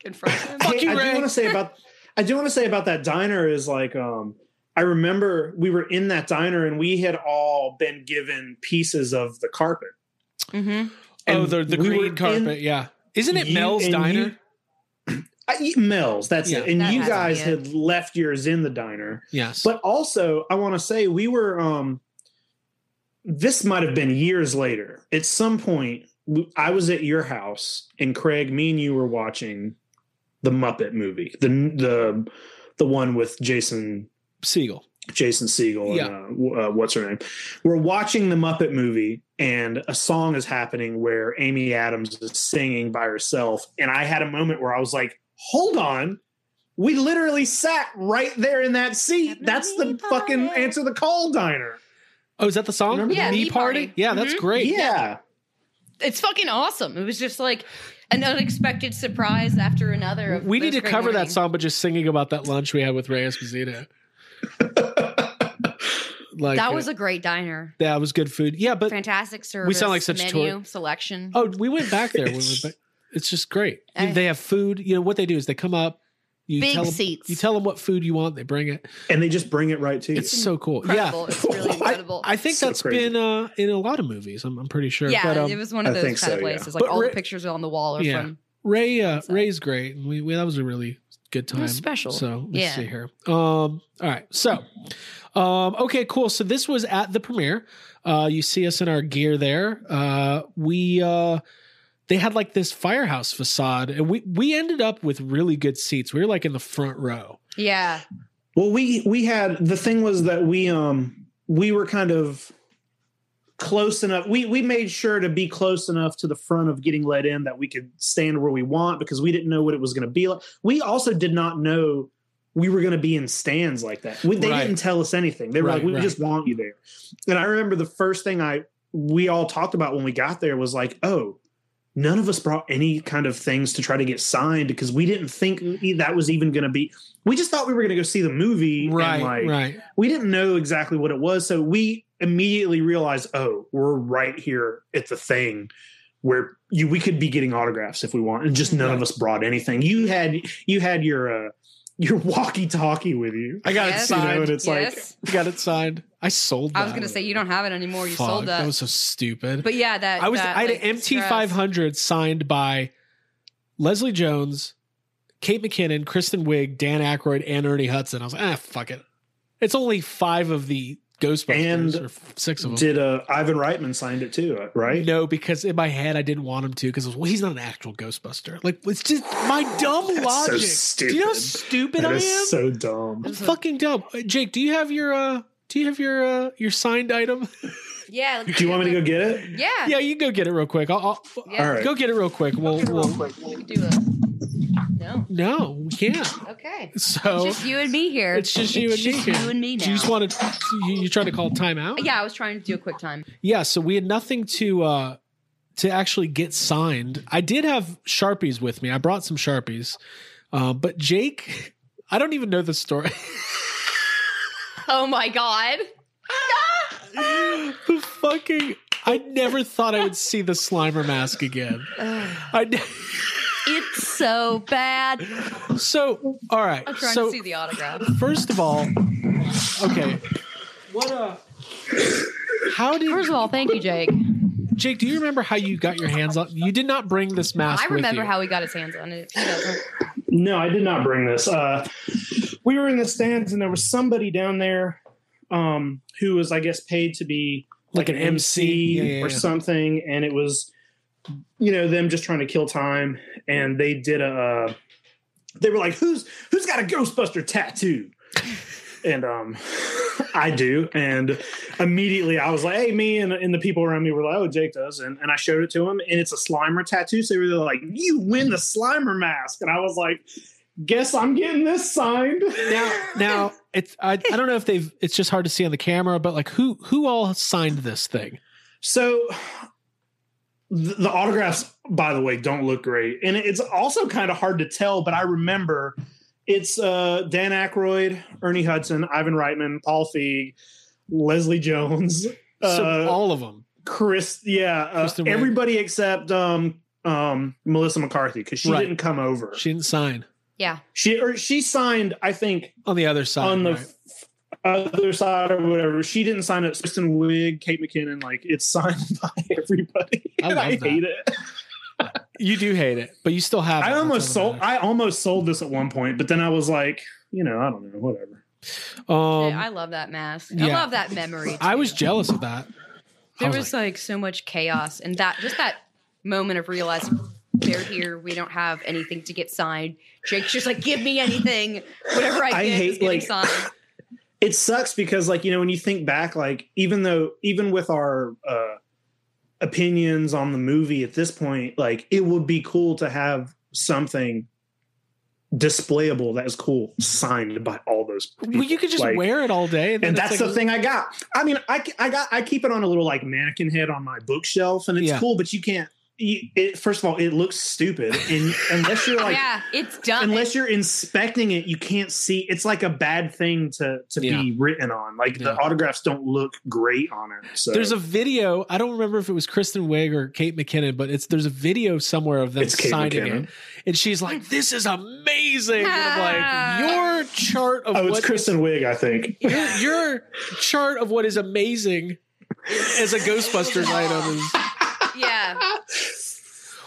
confront him? Fuck Hey, you, I Ray. do want to say about I do want to say about that diner is like um I remember we were in that diner and we had all been given pieces of the carpet. hmm oh, And the the we were green in- carpet, yeah. Isn't it You- Mel's and diner? you- I eat Mel's, that's Yeah. it. And That you has to be guys it. had left yours in the diner. yes. But also, I want to say we were um this might have been years later. At some point, w- I was at your house and Craig, me and you were watching the Muppet movie. The the the one with Jason Siegel. Jason Siegel Yeah. and uh, w- uh, what's her name. We're watching the Muppet movie, and a song is happening where Amy Adams is singing by herself. And I had a moment where I was like, "Hold on, we literally sat right there in that seat. That's the Everybody fucking party." answer the call diner." Oh, is that the song? Remember Yeah, Me Me party? Party. Mm-hmm. Yeah, that's great. Yeah, It's fucking awesome. It was just like an unexpected surprise after another. Of We need those to great cover that mornings. song, but just singing about that lunch we had with Ray Esposito. like That was uh, a great diner. that was good food. Yeah, but Fantastic service. We sound like such tour- menu selection. oh, we went back there. when we went back. It's just great. You- I- they have food. You know what they do is they come up. You Big tell 'em- seats. You tell them what food you want. They bring it. and they just bring it right to you. It's so cool. incredible. It's really I- incredible. Yeah, I think So that's crazy. been uh, in a lot of movies. I'm, I'm pretty sure. yeah, but, um, it was one of I those kind think of so, yeah. places. Like But all Rick- the pictures on the wall are Yeah. from. Ray uh, So- Ray's great. We, we that was a really good time. It was special. So let's Yeah. see here. Um, all right. So, um, okay, cool. So this was at the premiere. Uh, you see us in our gear there. Uh, we uh, they had like this firehouse facade, and we we ended up with really good seats. We were like in the front row. Yeah, Well, we we had the thing was that we um we were kind of close enough. We we made sure to be close enough to the front of getting let in that we could stand where we want because we didn't know what it was going to be like. We also did not know we were going to be in stands like that. We, they Right. didn't tell us anything. They were Right, like, "We right. just want you there." And I remember the first thing I we all talked about when we got there was like, "Oh." None of us brought any kind of things to try to get signed because we didn't think e, that was even going to be we just thought we were going to go see the movie and, Right, like, right. we didn't know exactly what it was so we immediately realized oh we're right here at the thing where you we could be getting autographs if we want and just none of us brought anything you had you had your uh your walkie talkie with you I got Yes. it you know and signed. it's like yes. I got it signed. I sold. I was gonna say you don't have it anymore. You sold that. That was so stupid. but yeah, that I was that, I had like, an MT stress. five hundred signed by Leslie Jones, Kate McKinnon, Kristen Wiig, Dan Aykroyd, and Ernie Hudson. I was like, ah, fuck it. It's only five of the Ghostbusters And or f- six of them. did uh ivan reitman signed it too uh, right No, because in my head I didn't want him to because well, he's not an actual Ghostbuster. Like it's just my dumb That's so logic. Do you know how stupid. stupid that I am? is so dumb I'm fucking dumb. Uh, Jake, do you have your uh do you have your uh your signed item? Yeah. do you want me to go get it Yeah. yeah, you can go get it real quick. I'll, I'll Yeah. all right go get it real quick. We'll, we'll We could do a. No. no, we can't. Okay. So It's just you and me here. It's just you and me just here. you and me now. Do you just want to? You, you trying to call timeout? yeah, I was trying to do a quick time. Yeah. So we had nothing to uh to actually get signed. I did have sharpies with me. I brought some sharpies, uh, but Jake, I don't even know the story. Oh my god. the fucking. I never thought I would see the Slimer mask again. I. ne- It's so bad. So, all right. I'm trying So, to see the autograph. first of all, okay. What uh How did First of all, thank you, Jake. Jake, do you remember how you got your hands on? You did not bring this mask I remember with you. how he got his hands on it. He doesn't. No, I did not bring this. Uh, we were in the stands, and there was somebody down there um, who was, I guess, paid to be Like an MC. Yeah, yeah, or yeah. something, and it was, you know, them just trying to kill time, and they did a. Uh, they were like, "Who's who's got a Ghostbuster tattoo?" and um, I do, and immediately I was like, "Hey, me!" and, and the people around me were like, "Oh, Jake does," and, and I showed it to him, and it's a Slimer tattoo. So they were like, "You win the Slimer mask," and I was like, "Guess I'm getting this signed." now now it's I, I don't know if they've it's just hard to see on the camera, but like who who all signed this thing? So the, the autographs, by the way, don't look great, and it's also kind of hard to tell. But I remember it's uh, Dan Aykroyd, Ernie Hudson, Ivan Reitman, Paul Feig, Leslie Jones, so uh, all of them. Chris. Yeah, uh, Kristen Wiig. everybody except um, um, Melissa McCarthy because she Right. didn't come over. She She didn't sign Yeah. she, or she signed, I think, on the other side. on the right? f- other side or whatever. She didn't sign it. Kristen Wiig, Kate McKinnon, like it's signed by everybody. I And love that. hate it. you do hate it, but you still have. it. I That's almost all sold. that I almost sold this at one point, but then I was like, you know, I don't know, whatever. matters. Um, Yeah, I love that mask. I yeah. love that memory. I was too. jealous of that. I There was was like so much chaos and that just that moment of realizing they're here. We don't have anything to get signed. Jake's just like, give me anything, whatever I get I is hate, getting like- signed. It sucks because, like, you know, when you think back, like, even though, even with our uh, opinions on the movie at this point, like, it would be cool to have something displayable that is cool signed by all those. Well, you could just Like- wear it all day, and, then and it's that's like, the thing I got. I mean, I, I got I keep it on a little like mannequin head on my bookshelf, and it's Yeah. cool. But you can't. You, it, first of all, it looks stupid, and unless you're like yeah, it's done. unless you're inspecting it, you can't see. It's like a bad thing to to Yeah. be written on. Like Yeah. the autographs don't look great on it. So There's a video. I don't remember if it was Kristen Wiig or Kate McKinnon, but it's there's a video somewhere of them It's Kate signing McKinnon. it, and she's like, "This is amazing!" Ah. And I'm like, "Your chart of oh, what it's Kristen Wiig, I think. your, your chart of what is amazing as a Ghostbusters item is." yeah.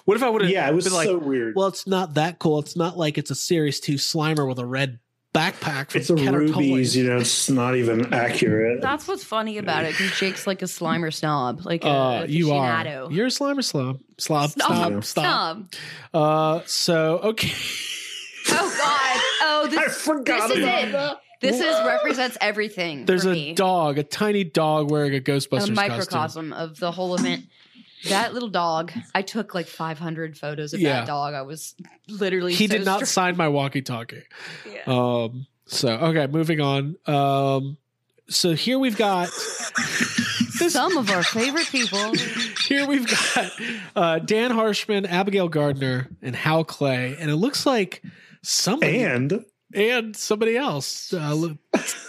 What if I would have? Yeah, it was been so like, weird. well, it's not that cool. It's not like it's a Series Two Slimer with a red backpack. From it's a Kenner rubies, Toys. you know. It's not even accurate. That's what's funny about it because Jake's like a Slimer snob, like a Uh, you are. aficionado. You're a Slimer slob. Slob. Snob, Stop. Stop. snob. Uh, so okay. Oh God! Oh, I this, forgot this is about it. This is represents everything. There's for a me. dog, a tiny dog wearing a a Ghostbusters costume. microcosm of the whole event. That little dog, I took like 500 photos of Yeah. that dog. I was literally He so did not stra- sign my walkie-talkie. Yeah. Um, so okay, moving on. Um, so here we've got some of our favorite people. here we've got uh, Dan Harshman, Abigail Gardner, and Hal Clay, and it looks like somebody and, And somebody else, uh, look,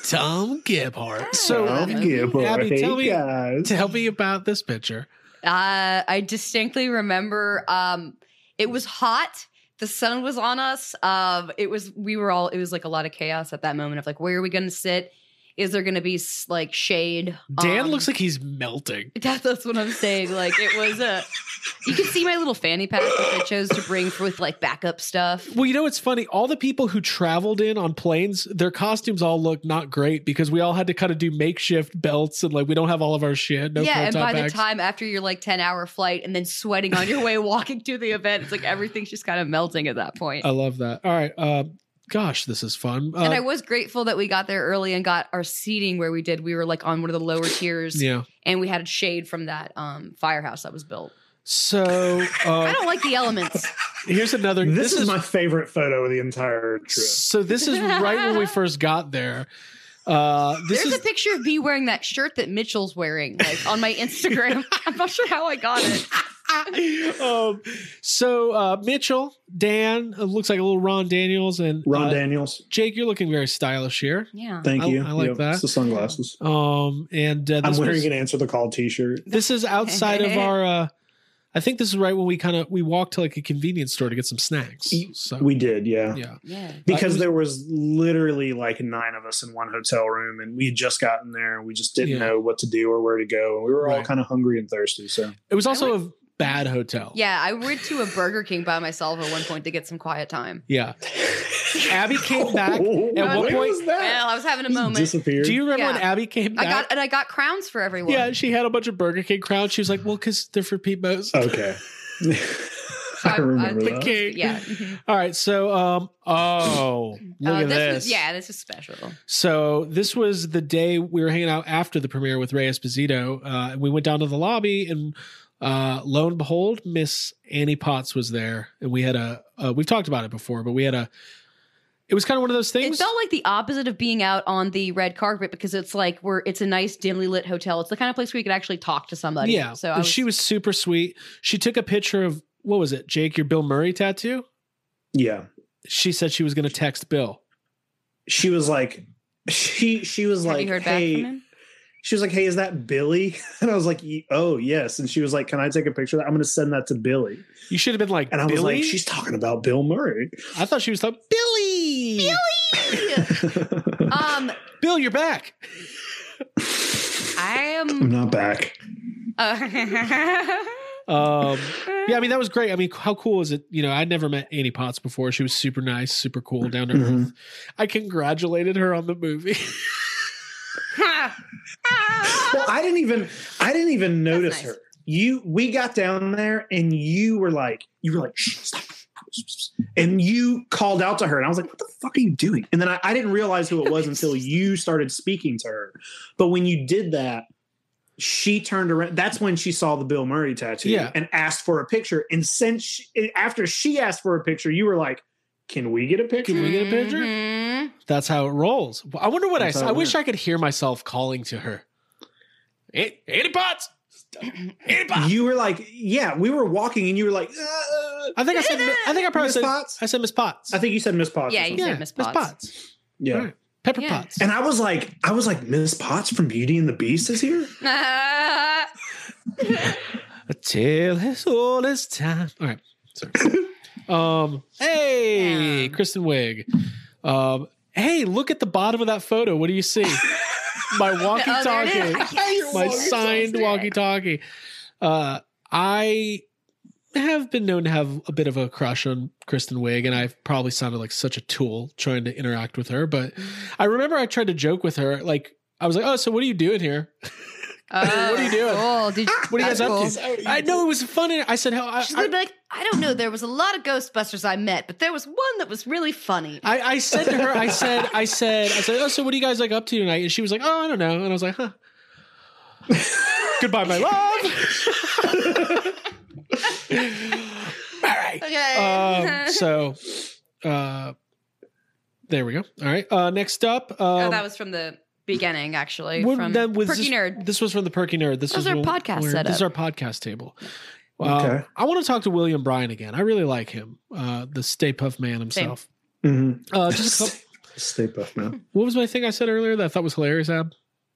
Tom Gebhardt. So Tom Gilmore. Abby, Hey, tell me- guys. tell me about this picture. Uh, I distinctly remember um, it was hot. The sun was on us. Um, it was we were all. It was like a lot of chaos at that moment of like, where are we going to sit? Is there going to be s- like shade? Dan Um, looks like he's melting. That, Um, that's what I'm saying. Like it was a. You can see my little fanny pack, which I chose to bring for with like backup stuff. Well, you know what's funny? All the people who traveled in on planes, their costumes all look not great because we all had to kind of do makeshift belts and like we don't have all of our shit. No yeah, yeah, and by the time after your like ten hour flight and then sweating on your way walking to the event, it's like everything's just kind of melting at that point. I love that. All right. Uh, gosh, this is fun. Uh, and I was grateful that we got there early and got our seating where we did. We were like on one of the lower tiers, yeah. and we had a shade from that um, firehouse that was built. So I uh, don't like the elements. here's another. This, is, my favorite photo of the entire trip. So this is right when we first got there. Uh, this There's is a picture of me wearing that shirt that Mitchell's wearing, like on my Instagram. I'm not sure how I got it. um, so uh, Mitchell, Dan uh, looks like a little Ron Daniels, and Ron uh, Daniels, Jake, you're looking very stylish here. Yeah. thank I- you. I like that. It's the sunglasses. Um, and uh, I'm this wearing was- an answer the call T-shirt. This is outside of our. Uh, I think this is right when we kind of we walked to like a convenience store to get some snacks. So We did, yeah. yeah. Yeah. Because was- there was literally like nine of us in one hotel room, and we had just gotten there, and we just didn't Yeah. know what to do or where to go, and we were all Right. kind of hungry and thirsty. So It was also a bad hotel. Yeah, I went to a Burger King by myself at one point to get some quiet time. Yeah. Abby came back. Where At one point, was that? Well, I was having a Just moment. disappeared. do you remember when Yeah. Abby came I back? got and I got crowns for everyone. yeah, she had a bunch of Burger King crowds. She was like, "Well, because they're for Pete Mose." Okay. So I remember The that. king. Yeah. mhm. All right, so um, oh, look Uh, at this. Was, yeah, this is special. So this was the day we were hanging out after the premiere with Ray Esposito, uh, and we went down to the lobby, and uh, lo and behold, Miss Annie Potts was there, and we had a. Uh, we've talked about it before, but we had a. It was kind of one of those It things. felt like the opposite of being out on the red carpet because it's like we're it's a nice dimly lit hotel. It's the kind of place where you could actually talk to somebody. yeah, So I and was, she was super sweet. She took a picture of what was it, Jake? Your Bill Murray tattoo. Yeah. She said she was going to text Bill. She was like, she she was have like, you heard hey, back from him? she was like, hey, is that Billy? And I was like, "Ye- oh yes. And she was like, can I take a picture? of that? I'm going to send that to Billy. You should have been like And I Billy. was like, she's talking about Bill Murray. I thought she was like Billy. Billy, Um, Bill, you're back. I I'm am. not back. Uh, Um, yeah, I mean that was great. I mean, how cool is it? You know, I'd never met Annie Potts before. She was super nice, super cool, down to earth. Mhm. I congratulated her on the movie. Well, I didn't even I didn't even notice nice. her. You we got down there and you were like you were like Shh, stop. And you called out to her, and I was like, "What the fuck are you doing?" And then I, I didn't realize who it was until you started speaking to her. But when you did that, she turned around. That's when she saw the Bill Murray tattoo Yeah. and asked for a picture. And since she, after she asked for a picture, you were like, "Can we get a picture?" Can we get a picture? Mhm. That's how it rolls. I wonder what That's I. how I it wish went. I could hear myself calling to her. "A- Annie Potts. Annie Potts. You were like, "Yeah." We were walking, and you were like, uh, I think I said. I think I probably Miss said. Potts? I said Miss Potts. "I think you said Miss Potts." or Yeah, you something. said Miss Potts. yeah. Right. Pepper Yeah. Potts. And I was like, I was like, Miss Potts from Beauty and the Beast is here. Ah. Until it's all this time. All right. Sorry. um. Hey, Yeah. Kristen Wiig. Um. Hey, look at the bottom of that photo. What do you see? My Oh, there it walkie-talkie. is. Yes. My signed walkie-talkie. Uh, I have been known to have a bit of a crush on Kristen Wiig, and I've probably sounded like such a tool trying to interact with her. Mm. But I remember I tried to joke with her, like. I was like, "Oh, so what are you doing here? Oh, What are you doing? Cool. Did you, What are you guys that's cool. up to?" I know it was funny. I said, "Hell, I, She's I- gonna be like, I don't know. There was a lot of Ghostbusters I met, but there was one that was really funny. I, I said to her, I said, I said, I said, oh, so what are you guys like up to tonight? And she was like, oh, I don't know. And I was like, huh. Goodbye, my love. Okay. Um, so, uh, there we go. All right. Uh, next up, um, oh, that was from the beginning, actually. when- From that was Perky this, Nerd. This was from the Perky Nerd. This That was is our when- podcast where- This is our setup. podcast table. Okay. Um, I want to talk to William Bryan again. I really like him, uh, the Stay Puff Man himself. Mm-hmm. Uh, just a couple, Stay puff now. What was my thing I said earlier that I thought was hilarious, Ab?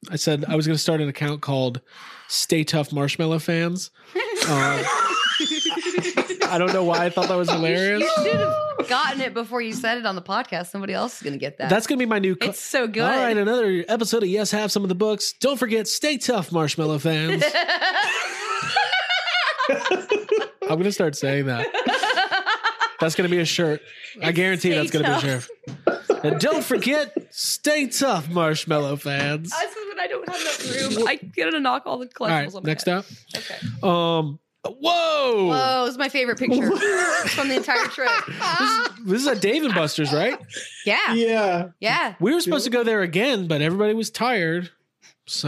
I said I was going to start an account called Stay Tough Marshmallow Fans. Uh, I don't know why I thought that was hilarious. You should have gotten it before you said it on the podcast. Somebody else is gonna get that. That's going to be my new. co- it's so good. All right, another episode of Yes Have Some of the Books. Don't forget, stay tough, marshmallow fans. I'm going to start saying that. That's going to be a shirt. I guarantee Stay that's going to be a shirt. And don't forget, stay tough, marshmallow fans. This is when I don't have enough room. I get to knock all the All right, collectibles on my next head. up. Um, whoa. Whoa, it was my favorite picture from the entire trip. This is at Dave and Buster's, right? Yeah, yeah. Yeah. We were supposed to go there again, but everybody was tired. So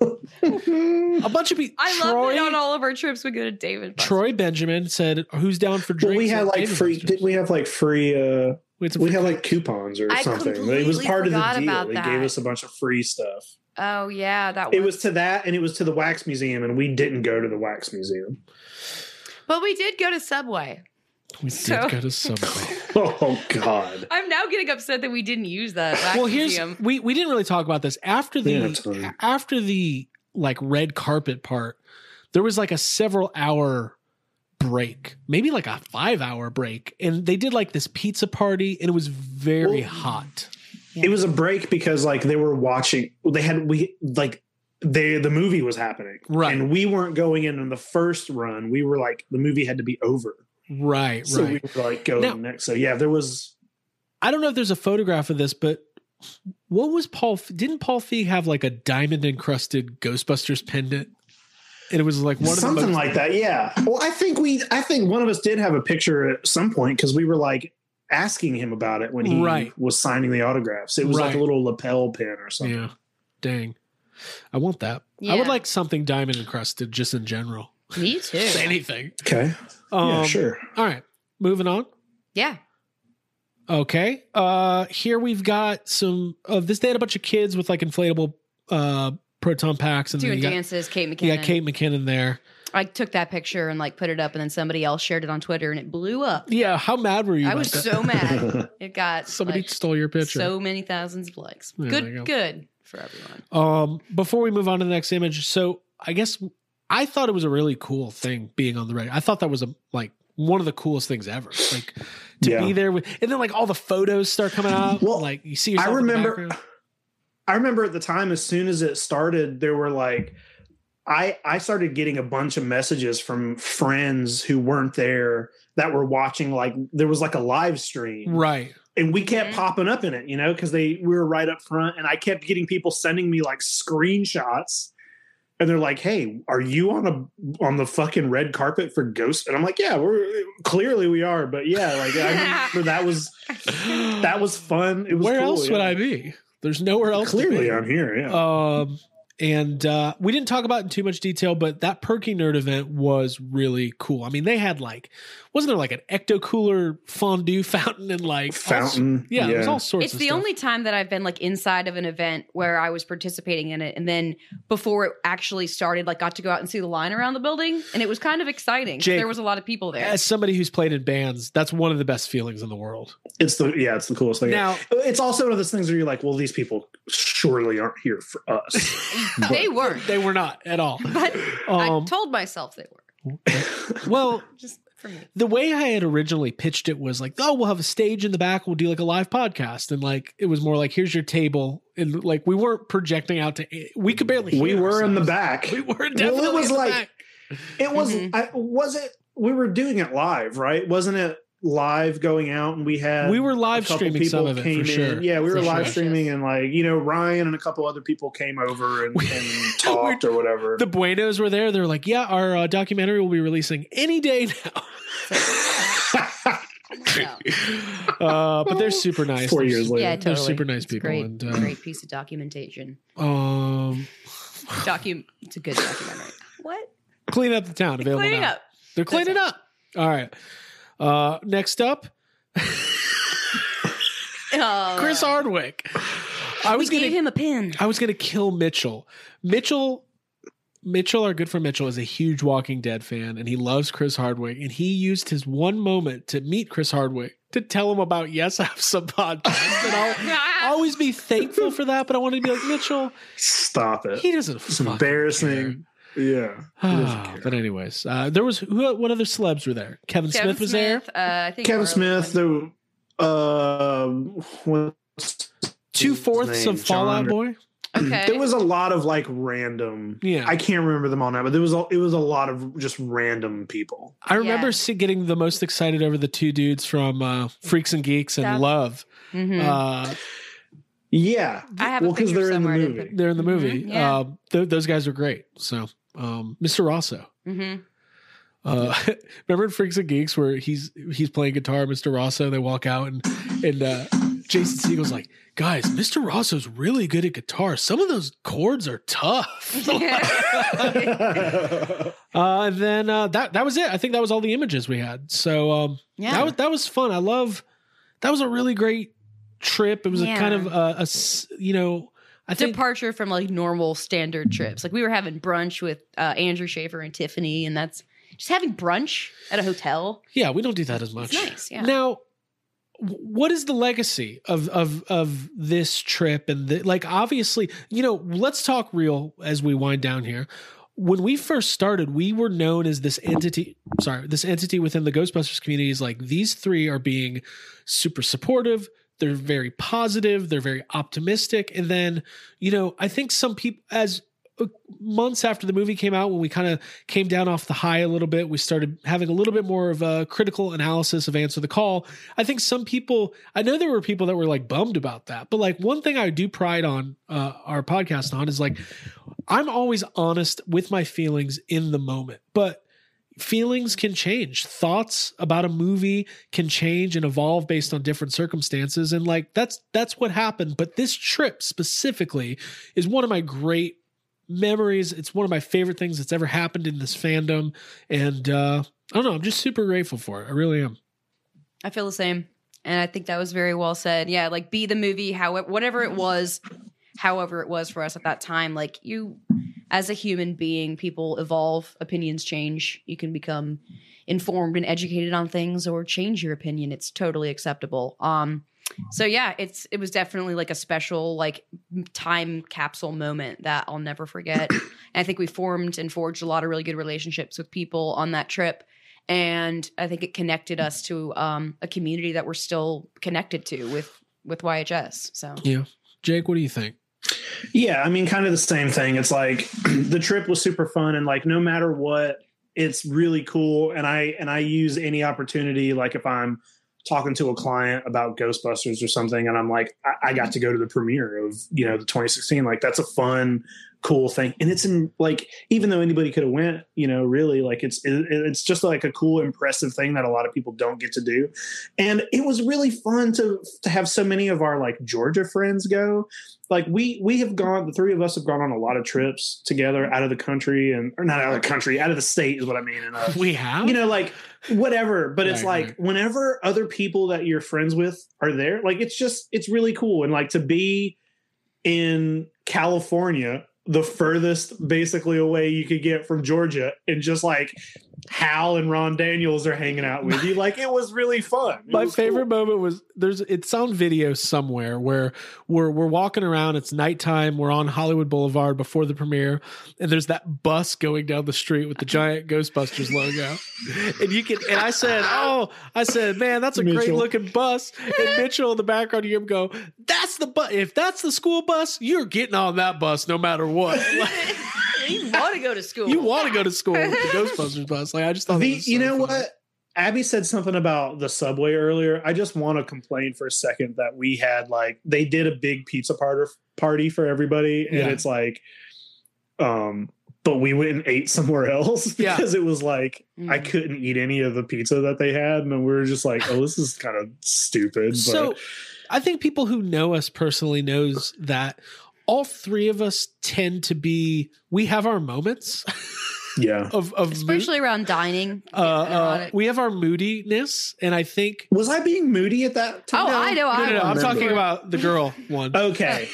a bunch of people. I love Troy, that on all of our trips we go to David. Troy Benjamin said, "Who's down for Well, drinks?" we had at like Dave and free. Buster's?" Didn't we have like free? uh We had some We free- had like coupons or I something. It was completely part of forgot the deal. about They that. gave us a bunch of free stuff. Oh yeah, that It was to that, and it was to the wax museum, and we didn't go to the wax museum. But we did go to Subway. we did so- go to Subway. Oh God. I'm now getting upset that we didn't use that. Wax well, here's museum. we we didn't really talk about this after We didn't have the time. after the like red carpet part. there was like a several hour break, maybe like a five hour break, and they did like this pizza party, and it was very Well- hot. Yeah. It was a break because like they were watching. They had we like they the movie was happening, Right. And we weren't going in on the first run. We were like the movie had to be over, Right, so right. we were like going Now- next. So yeah, there was. I don't know if there's a photograph of this, but what was Paul? Didn't Paul Feig have like a diamond encrusted Ghostbusters pendant? And it was like one of the Something most, like that, yeah. Well, I think we, I think one of us did have a picture at some point because we were like asking him about it when he Right. was signing the autographs. It was like a Right. little lapel pin or something. yeah, dang. I want that. I Yeah. would like something diamond encrusted, just in general. Me too. Just anything. Okay, Um, yeah, sure. All right, moving on. Yeah. Okay. Uh here we've got some of this they had a bunch of kids with like inflatable uh proton packs and then Doing you got, dances, Kate McKinnon. you got Kate McKinnon there. I took that picture and like put it up, and then somebody else shared it on Twitter, and it blew up. Yeah, how mad were you? I about was that? so mad. It got somebody like, stole your picture. so many thousands of likes. Yeah, there you go. good, good for everyone. Um, before we move on to the next image, so I guess I thought it was a really cool thing being on the Reddit. I thought that was a like one of the coolest things ever. Like to Yeah. be there with, and then like all the photos start coming out. Well, like you see, I yourself in the remember. background. I remember at the time, as soon as it started, there were like, I I started getting a bunch of messages from friends who weren't there that were watching. Like there was like a live stream, right? and we kept Mhm. popping up in it, you know, because they we were right up front, and I kept getting people sending me like screenshots. And they're like, "Hey, are you on a on the fucking red carpet for Ghost?" And I'm like, "Yeah, we're clearly we are, but yeah, like I remember that was that was fun. It was Where cool, else would yeah. I be? There's nowhere else. to Clearly, be. I'm here. Yeah, Um, and uh, we didn't talk about it in too much detail, but that perky nerd event was really cool. I mean, they had like, wasn't there like an ecto cooler fondue fountain and like all- fountain. yeah, there's all sorts. It's of the stuff. only time that I've been like inside of an event where I was participating in it, and then before it actually started, like got to go out and see the line around the building, and it was kind of exciting. Jake, there was a lot of people there. As somebody who's played in bands, that's one of the best feelings in the world. It's the Oh, yeah, it's the coolest thing. Now, it's also one of those things where you're like, well, these people surely aren't here for us. they weren't, they were not at all. but I Um, told myself they were. well, Just for me. the way I had originally pitched it was like, oh, we'll have a stage in the back, we'll do like a live podcast, and like it was more like, here's your table, and like we weren't projecting out to, we could barely. we hear were in the ourselves. back. We mm-hmm. were it definitely. was in the like- back. It was I, was it we were doing it live, right? Wasn't it live going out and we had we were live uh, a couple streaming some of it for sure. Yeah, we For were live sure. streaming and like, you know, Ryan and a couple other people came over and, We- and talked or whatever. The Buenos were there. They were like, "Yeah, our uh, documentary will be releasing any day now." No. Uh, but they're super nice. 4 They're years later. su- Oh, Yeah, They're totally. super nice It's a people. Great, and uh, great piece of documentation. um, Docu- it's a good documentary. What? clean up the town. Available Cleaning now. up. They're cleaning up. All right. Uh, next up, Oh, Chris Hardwick. I we was gonna gave him a pin. I was gonna kill Mitchell. Mitchell, Mitchell, our good friend Mitchell, is a huge Walking Dead fan, and he loves Chris Hardwick. And he used his one moment to meet Chris Hardwick to tell him about Yes, I Have Some podcast. And I'll, I'll always be thankful for that. But I wanted to be like Mitchell. Stop it. He doesn't. It's fucking embarrassing. Yeah. care. He doesn't care. Ah, but anyways, uh, there was who? What other celebs were there? Kevin, Kevin Smith was there. Uh, I think Kevin Harlan Smith, Quinn. the uh, what's Two fourths his name? of Fallout John- Boy. okay. There was a lot of like random. Yeah. I can't remember them all now, but there was a, it was a lot of just random people. I remember Yeah. se- getting the most excited over the two dudes from uh, Freaks and Geeks and That- Love. Mhm. Uh, Yeah, I have a well, 'cause picture they're in the somewhere. I movie. didn't they're in the Mhm, movie. yeah. Um, th- those guys are great. So, um, Mr. Rosso. put- Mhm. Uh, remember in Freaks and Geeks where he's he's playing guitar, Mr. Rosso. They walk out and and uh, Jason Siegel's like, guys, Mr. Rosso's really good at guitar. Some of those chords are tough. Uh, and then uh, that that was it. I think that was all the images we had. So um, Yeah. that was that was fun. I love that was a really great trip. It was a Yeah. kind of uh, a s- you know I think Departure from like normal standard trips. Like we were having brunch with uh, Andrew Schaefer and Tiffany, and that's just having brunch at a hotel. yeah we don't do that as much. It's nice. Yeah. Now, w- what is the legacy of of of this trip and the, like? Obviously, you know, let's talk real as we wind down here. when we first started, we were known as this entity. Sorry, this entity within the Ghostbusters community is like these three are being super supportive. They're very positive. They're very optimistic. And then, you know, I think some people, as uh, months after the movie came out, when we kind of came down off the high a little bit, we started having a little bit more of a critical analysis of Answer the Call. I think some people, I know there were people that were like bummed about that, but like one thing I do pride on uh, our podcast on is like I'm always honest with my feelings in the moment, but feelings can change. Thoughts about a movie can change and evolve based on different circumstances and like that's that's what happened, but this trip specifically is one of my great memories. It's one of my favorite things that's ever happened in this fandom and uh I don't know, I'm just super grateful for it. I really am. I feel the same. And I think that was very well said. Yeah, like be the movie, however whatever it was, however it was for us at that time, like you as a human being, people evolve, opinions change. You can become informed and educated on things or change your opinion. It's totally acceptable. Um so yeah, it's it was definitely like a special like m- time capsule moment that I'll never forget. and I think we formed and forged a lot of really good relationships with people on that trip and I think it connected us to um, a community that we're still connected to with with YHS. So Yeah. Jake, what do you think? Yeah, I mean, kind of the same thing. It's like the trip was super fun, and like no matter what, it's really cool. And I and I use any opportunity, like if I'm talking to a client about Ghostbusters or something, and I'm like, I, I got to go to the premiere of you know the 2016. Like that's a fun, cool thing, and it's in like even though anybody could have went, you know, really like it's it, it's just like a cool, impressive thing that a lot of people don't get to do. And it was really fun to to have so many of our like Georgia friends go like we we have gone the three of us have gone on a lot of trips together out of the country and or not out of the country out of the state is what i mean and uh, We have you know like whatever but it's Right, like whenever other people that you're friends with are there like it's just it's really cool and like to be in california the furthest basically away you could get from georgia and just like hal and ron daniels are hanging out with you like it was really fun It my was cool. favorite moment was there's it's on video somewhere where we're we're walking around it's nighttime we're on hollywood boulevard before the premiere and there's that bus going down the street with the giant ghostbusters logo and you can and i said oh i said man that's a great Mitchell. looking bus and mitchell in the background you hear him go that's the bus if that's the school bus you're getting on that bus no matter what Like, you want to go to school. you want to go to school with the ghostbusters bus like i just thought Oh, that The, was so you know funny. what? Abby said something about the subway earlier. I just want to complain for a second that we had like they did a big pizza party party for everybody, and Yeah. it's like, um, but we went and ate somewhere else Yeah. because it was like I Mm. couldn't eat any of the pizza that they had, and we were just like, oh, this is kind of stupid. But So I think people who know us personally knows that all three of us tend to be we have our moments yeah, of of mood- especially around dining. uh, uh, Erotic. we have our moodiness and I think was I being moody at that? oh, time? I know. no, I no, no, I'm was. talking about the girl Uh, one. Okay,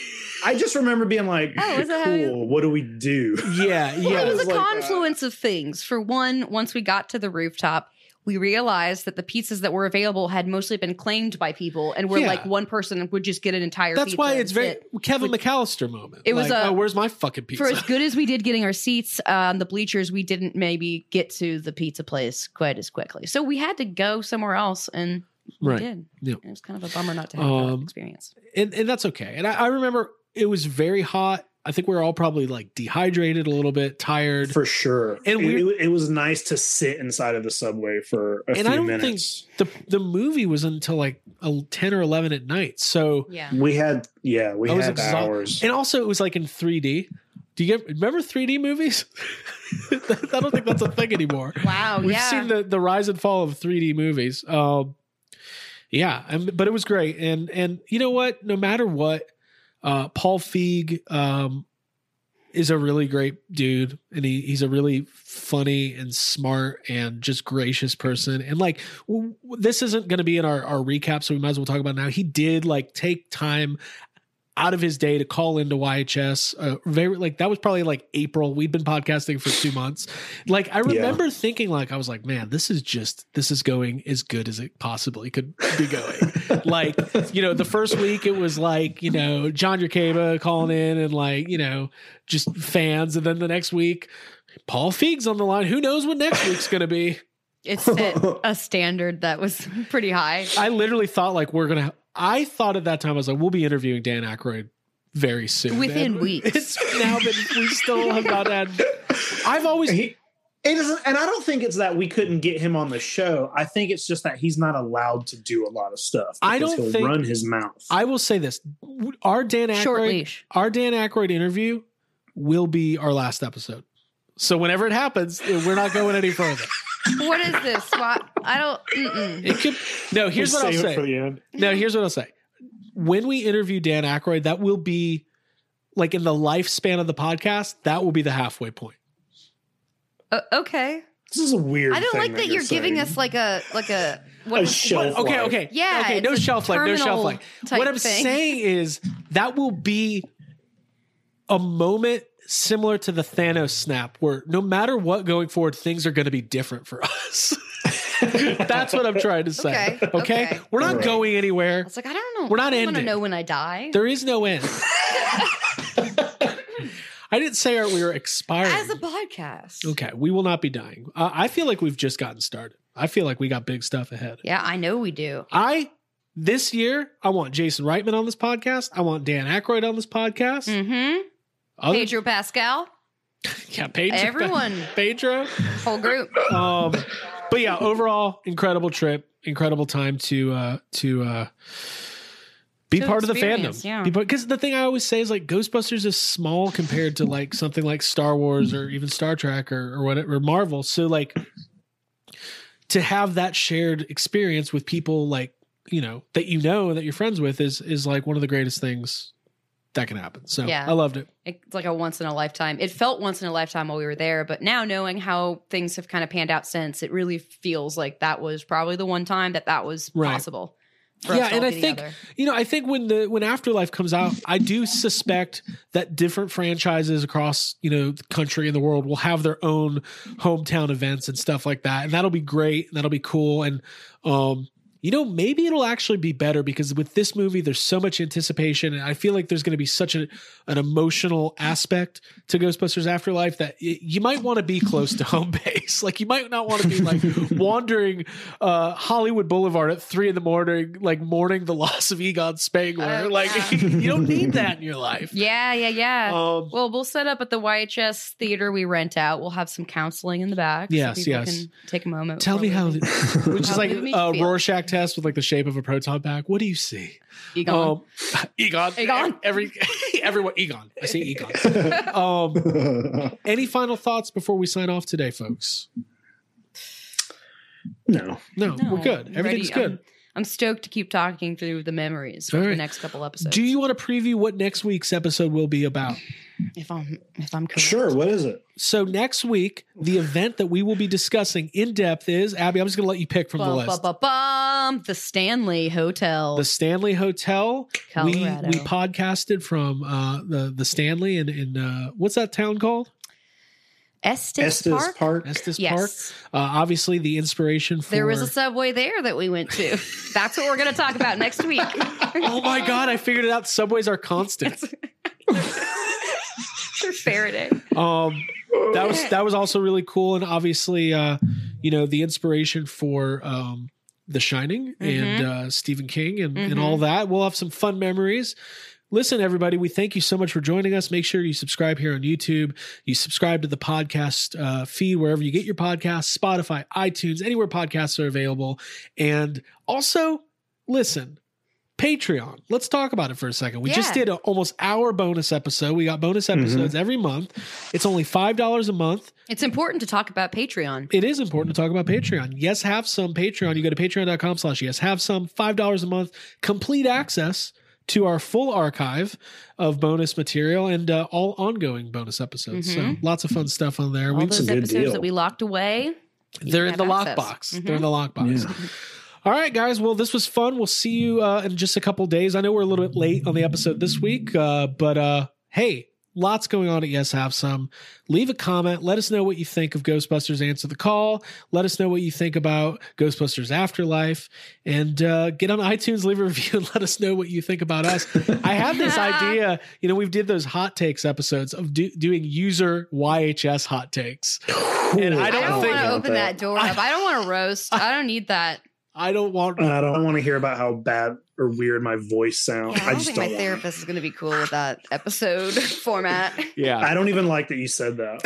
I just remember being like, Oh, was that how you- cool. What do we do? yeah, Well, yeah. it was a like, uh, confluence of things. For one, once we got to the rooftop, we realized that the pizzas that were available had mostly been claimed by people, and we're Yeah. like one person would just get an entire. That's pizza why and it's very sit. Kevin McAllister moment. It was like, a- oh, where's my fucking pizza? For as good as we did getting our seats uh, on the bleachers, we didn't maybe get to the pizza place quite as quickly. So we had to go somewhere else, and we Right. did. Yeah. It was kind of a bummer not to have Um, that experience. and, and that's okay. And I, I remember it was very hot. I think we were all probably like dehydrated a little bit, tired. for sure. And And we- it, it, was nice to sit inside of the subway for a and few I don't minutes. think the the movie was until like a, ten or eleven at night. So Yeah. we had, yeah, we I was had exhaust- hours. And also, it was like in 3D. Do you get, remember 3D movies? I don't think that's a thing anymore. Wow. We've Oh, yeah. seen the, the rise and fall of 3D movies. Um, yeah, and, but it was great. And and you know what? No matter what, uh, Paul Feig um, is a really great dude, and he, he's a really funny and smart and just gracious person. And like, w- w- this isn't going to be in our, our recap, so we might as well talk about it now. He did like take time out of his day to call into YHS. Uh, very like that was probably like April. We'd been podcasting for two months. Like I Yeah. remember thinking, like I was like, man, this is just this is going as good as it possibly could be going. like you know, the first week it was like you know John Yakeba calling in and like you know just fans, and then the next week Paul Feig's on the line. Who knows what next week's going to be? It set a standard that was pretty high. I literally thought like we're gonna. I thought at that time I was like, we'll be interviewing Dan Aykroyd very soon. Within And weeks. it's now that we still have not had. I've always He, it isn't, and I don't think it's that we couldn't get him on the show. I think it's just that he's not allowed to do a lot of stuff. I because don't he'll think- run his mouth. I will say this: our Dan Aykroyd, Short leash. our Dan Aykroyd interview will be our last episode. So whenever it happens, we're not going any further. What is this? Why, I don't. Mm-mm. It could. No, here's We'll what I'll save it for say. the end. No, here's what I'll say. When we interview Dan Aykroyd, that will be like in the lifespan of the podcast. That will be the halfway point. O- okay. This is a weird. I don't thing like that that you're giving saying. us like a like a what a is- shelf. okay, life. okay. Yeah, Okay, no it's a shelf life, no shelf terminal life. type What I'm thing. saying is that will be a moment similar to the Thanos snap where no matter what going forward, things are going to be different for us. That's what I'm trying to say. Okay, okay. We're not Right. going anywhere. It's like I don't know. We're not I want to ending. know when I die. There is no end. I didn't say we were expiring. As a podcast. okay, we will not be dying. Uh, I feel like we've just gotten started. I feel like we got big stuff ahead. Yeah, I know we do. I this year I want Jason Reitman on this podcast. I want Dan Aykroyd on this podcast. Mm-hmm. Other- Pedro Pascal, yeah, Pedro, everyone. Pedro. whole group. Um, but yeah, overall, incredible trip, incredible time to uh to uh be To part of the experience, fandom. yeah. Because the thing I always say is like Ghostbusters is small compared to like something like Star Wars or even Star Trek or or whatever or Marvel. So like to have that shared experience with people like you know that you know and that you're friends with is is like one of the greatest things that can happen. So Yeah. I loved it. It's like a once in a lifetime. It felt once in a lifetime while we were there, but now knowing how things have kind of panned out since, it really feels like that was probably the one time that that was Right. possible. for us yeah, all and I getting think together. you know, I think when the when Afterlife comes out, I do suspect that different franchises across you know the country and the world will have their own hometown events and stuff like that, and that'll be great, and that'll be cool, and um, you know, maybe it'll actually be better because with this movie, there's so much anticipation, and I feel like there's going to be such a, an emotional aspect to Ghostbusters Afterlife that y- you might want to be close to home base. Like you might not want to be like wandering uh, Hollywood Boulevard at three in the morning, like mourning the loss of Egon Spangler. Oh, like yeah. you don't need that in your life. Yeah, yeah, yeah. Um, well, we'll set up at the YHS theater we rent out. We'll have some counseling in the back. Yes, people yes. Can take a moment. tell me how, before which leaving. is How like uh, it made a you feel. Rorschach test with like the shape of a proton pack. What do you see? Egon. Um, Egon. Egon. Every everyone. Egon. I say Egon. um, any final thoughts before we sign off today, folks? no. No, No, um, we're good. I'm Everything's ready. good. I'm, I'm stoked to keep talking through the memories All for right. the next couple episodes. Do you want to preview what next week's episode will be about? if I'm if I'm correct. Sure. What is it? So next week, the event that we will be discussing in depth is Abby. I'm just going to let you pick from the Bum, bum, list. bum, bum. the Stanley Hotel. The Stanley Hotel. Colorado. We we podcasted from uh, the the Stanley in in uh, what's that town called? Estes, Estes Park. Park. Estes Park. Yes. Uh, obviously, the inspiration for There was a subway there that we went to. That's what we're going to talk about next week. Oh my god, I figured it out. Subways are constant. Faraday. Um that was that was also really cool and obviously uh you know the inspiration for um The Shining and uh Stephen King and, and all that. We'll have some fun memories. Listen, everybody, we thank you so much for joining us. Make sure you subscribe here on YouTube. You subscribe to the podcast uh, feed wherever you get your podcasts, Spotify, iTunes, anywhere podcasts are available. And also, listen, Patreon. Let's talk about it for a second. We just Yeah. did an almost hour bonus episode. We got bonus episodes every month. It's only $5 a month. It's important to talk about Patreon. It is important to talk about Patreon. Yes, have some Patreon. You go to patreon.com slash yes, have some. $5 a month. Complete access to our full archive of bonus material and uh, all ongoing bonus episodes. So lots of fun stuff on there. Mm-hmm. All We, a those good episodes deal. that we locked away. they're in the have access. Mm-hmm. lockbox. They're in the lockbox. All right, guys. Well, this was fun. We'll see you uh, in just a couple days. I know we're a little bit late on the episode this week, uh, but uh, hey, Lots going on at Yes Have Some. Leave a comment. Let us know what you think of Ghostbusters Answer the Call. Let us know what you think about Ghostbusters Afterlife. And uh, get on iTunes, leave a review, and let us know what you think about us. I have this idea. You know, we've did those hot takes episodes of do, doing user YHS hot takes. And I I don't don't think- want to open that door up. I don't want to roast. I don't need that. I don't want. I don't want to hear about how bad or weird my voice sounds. Yeah, I I, don't just think don't. my want it. therapist is going to be cool with that episode format. Yeah. I don't even like that you said that.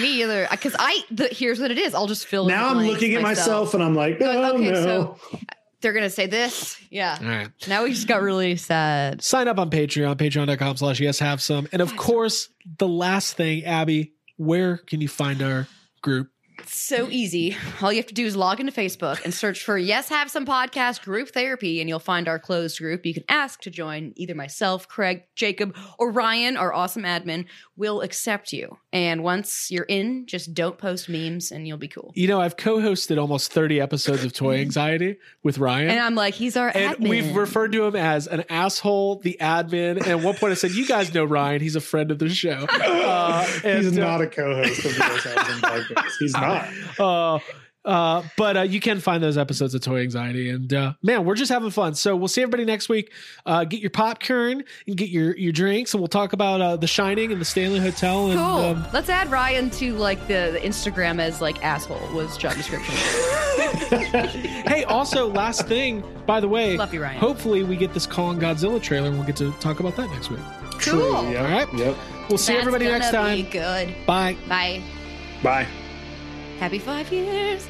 Me either, because I the, here's what it is. I'll just fill. in now the I'm blanks looking at myself, and I'm like, But, oh okay, no. so they're going to say this. Yeah. All right. Now we just got really sad. Sign up on Patreon, patreon.com slash yes have some. And of course, the last thing, Abby, where can you find our group? So easy. All you have to do is log into Facebook and search for Yes Have Some Podcast Group Therapy, and you'll find our closed group. You can ask to join either myself, Craig, Jacob, or Ryan, our awesome admin. will accept you. And once you're in, just don't post memes and you'll be cool. You know, I've co-hosted almost 30 episodes of Toy Anxiety with Ryan. And I'm like, he's our And admin. we've referred to him as an asshole, the admin. And at one point I said, You guys know Ryan. He's a friend of the show. Uh, and, He's uh, not a co-host of the Yes Husband podcast. He's not. uh, uh, but uh, you can find those episodes of Toy Anxiety, and uh, man, we're just having fun. So we'll see everybody next week. Uh, get your popcorn and get your your drinks, and we'll talk about uh, The Shining and the Stanley Hotel. And cool. um, Let's add Ryan to like the, the Instagram as like asshole was job description. hey, also last thing, by the way, Love you, Ryan. Hopefully, we get this Kong Godzilla trailer, and we'll get to talk about that next week. cool. Yep, All right. Yep. We'll see That's everybody next gonna time. Be good. Bye. Bye. Bye. Happy five years.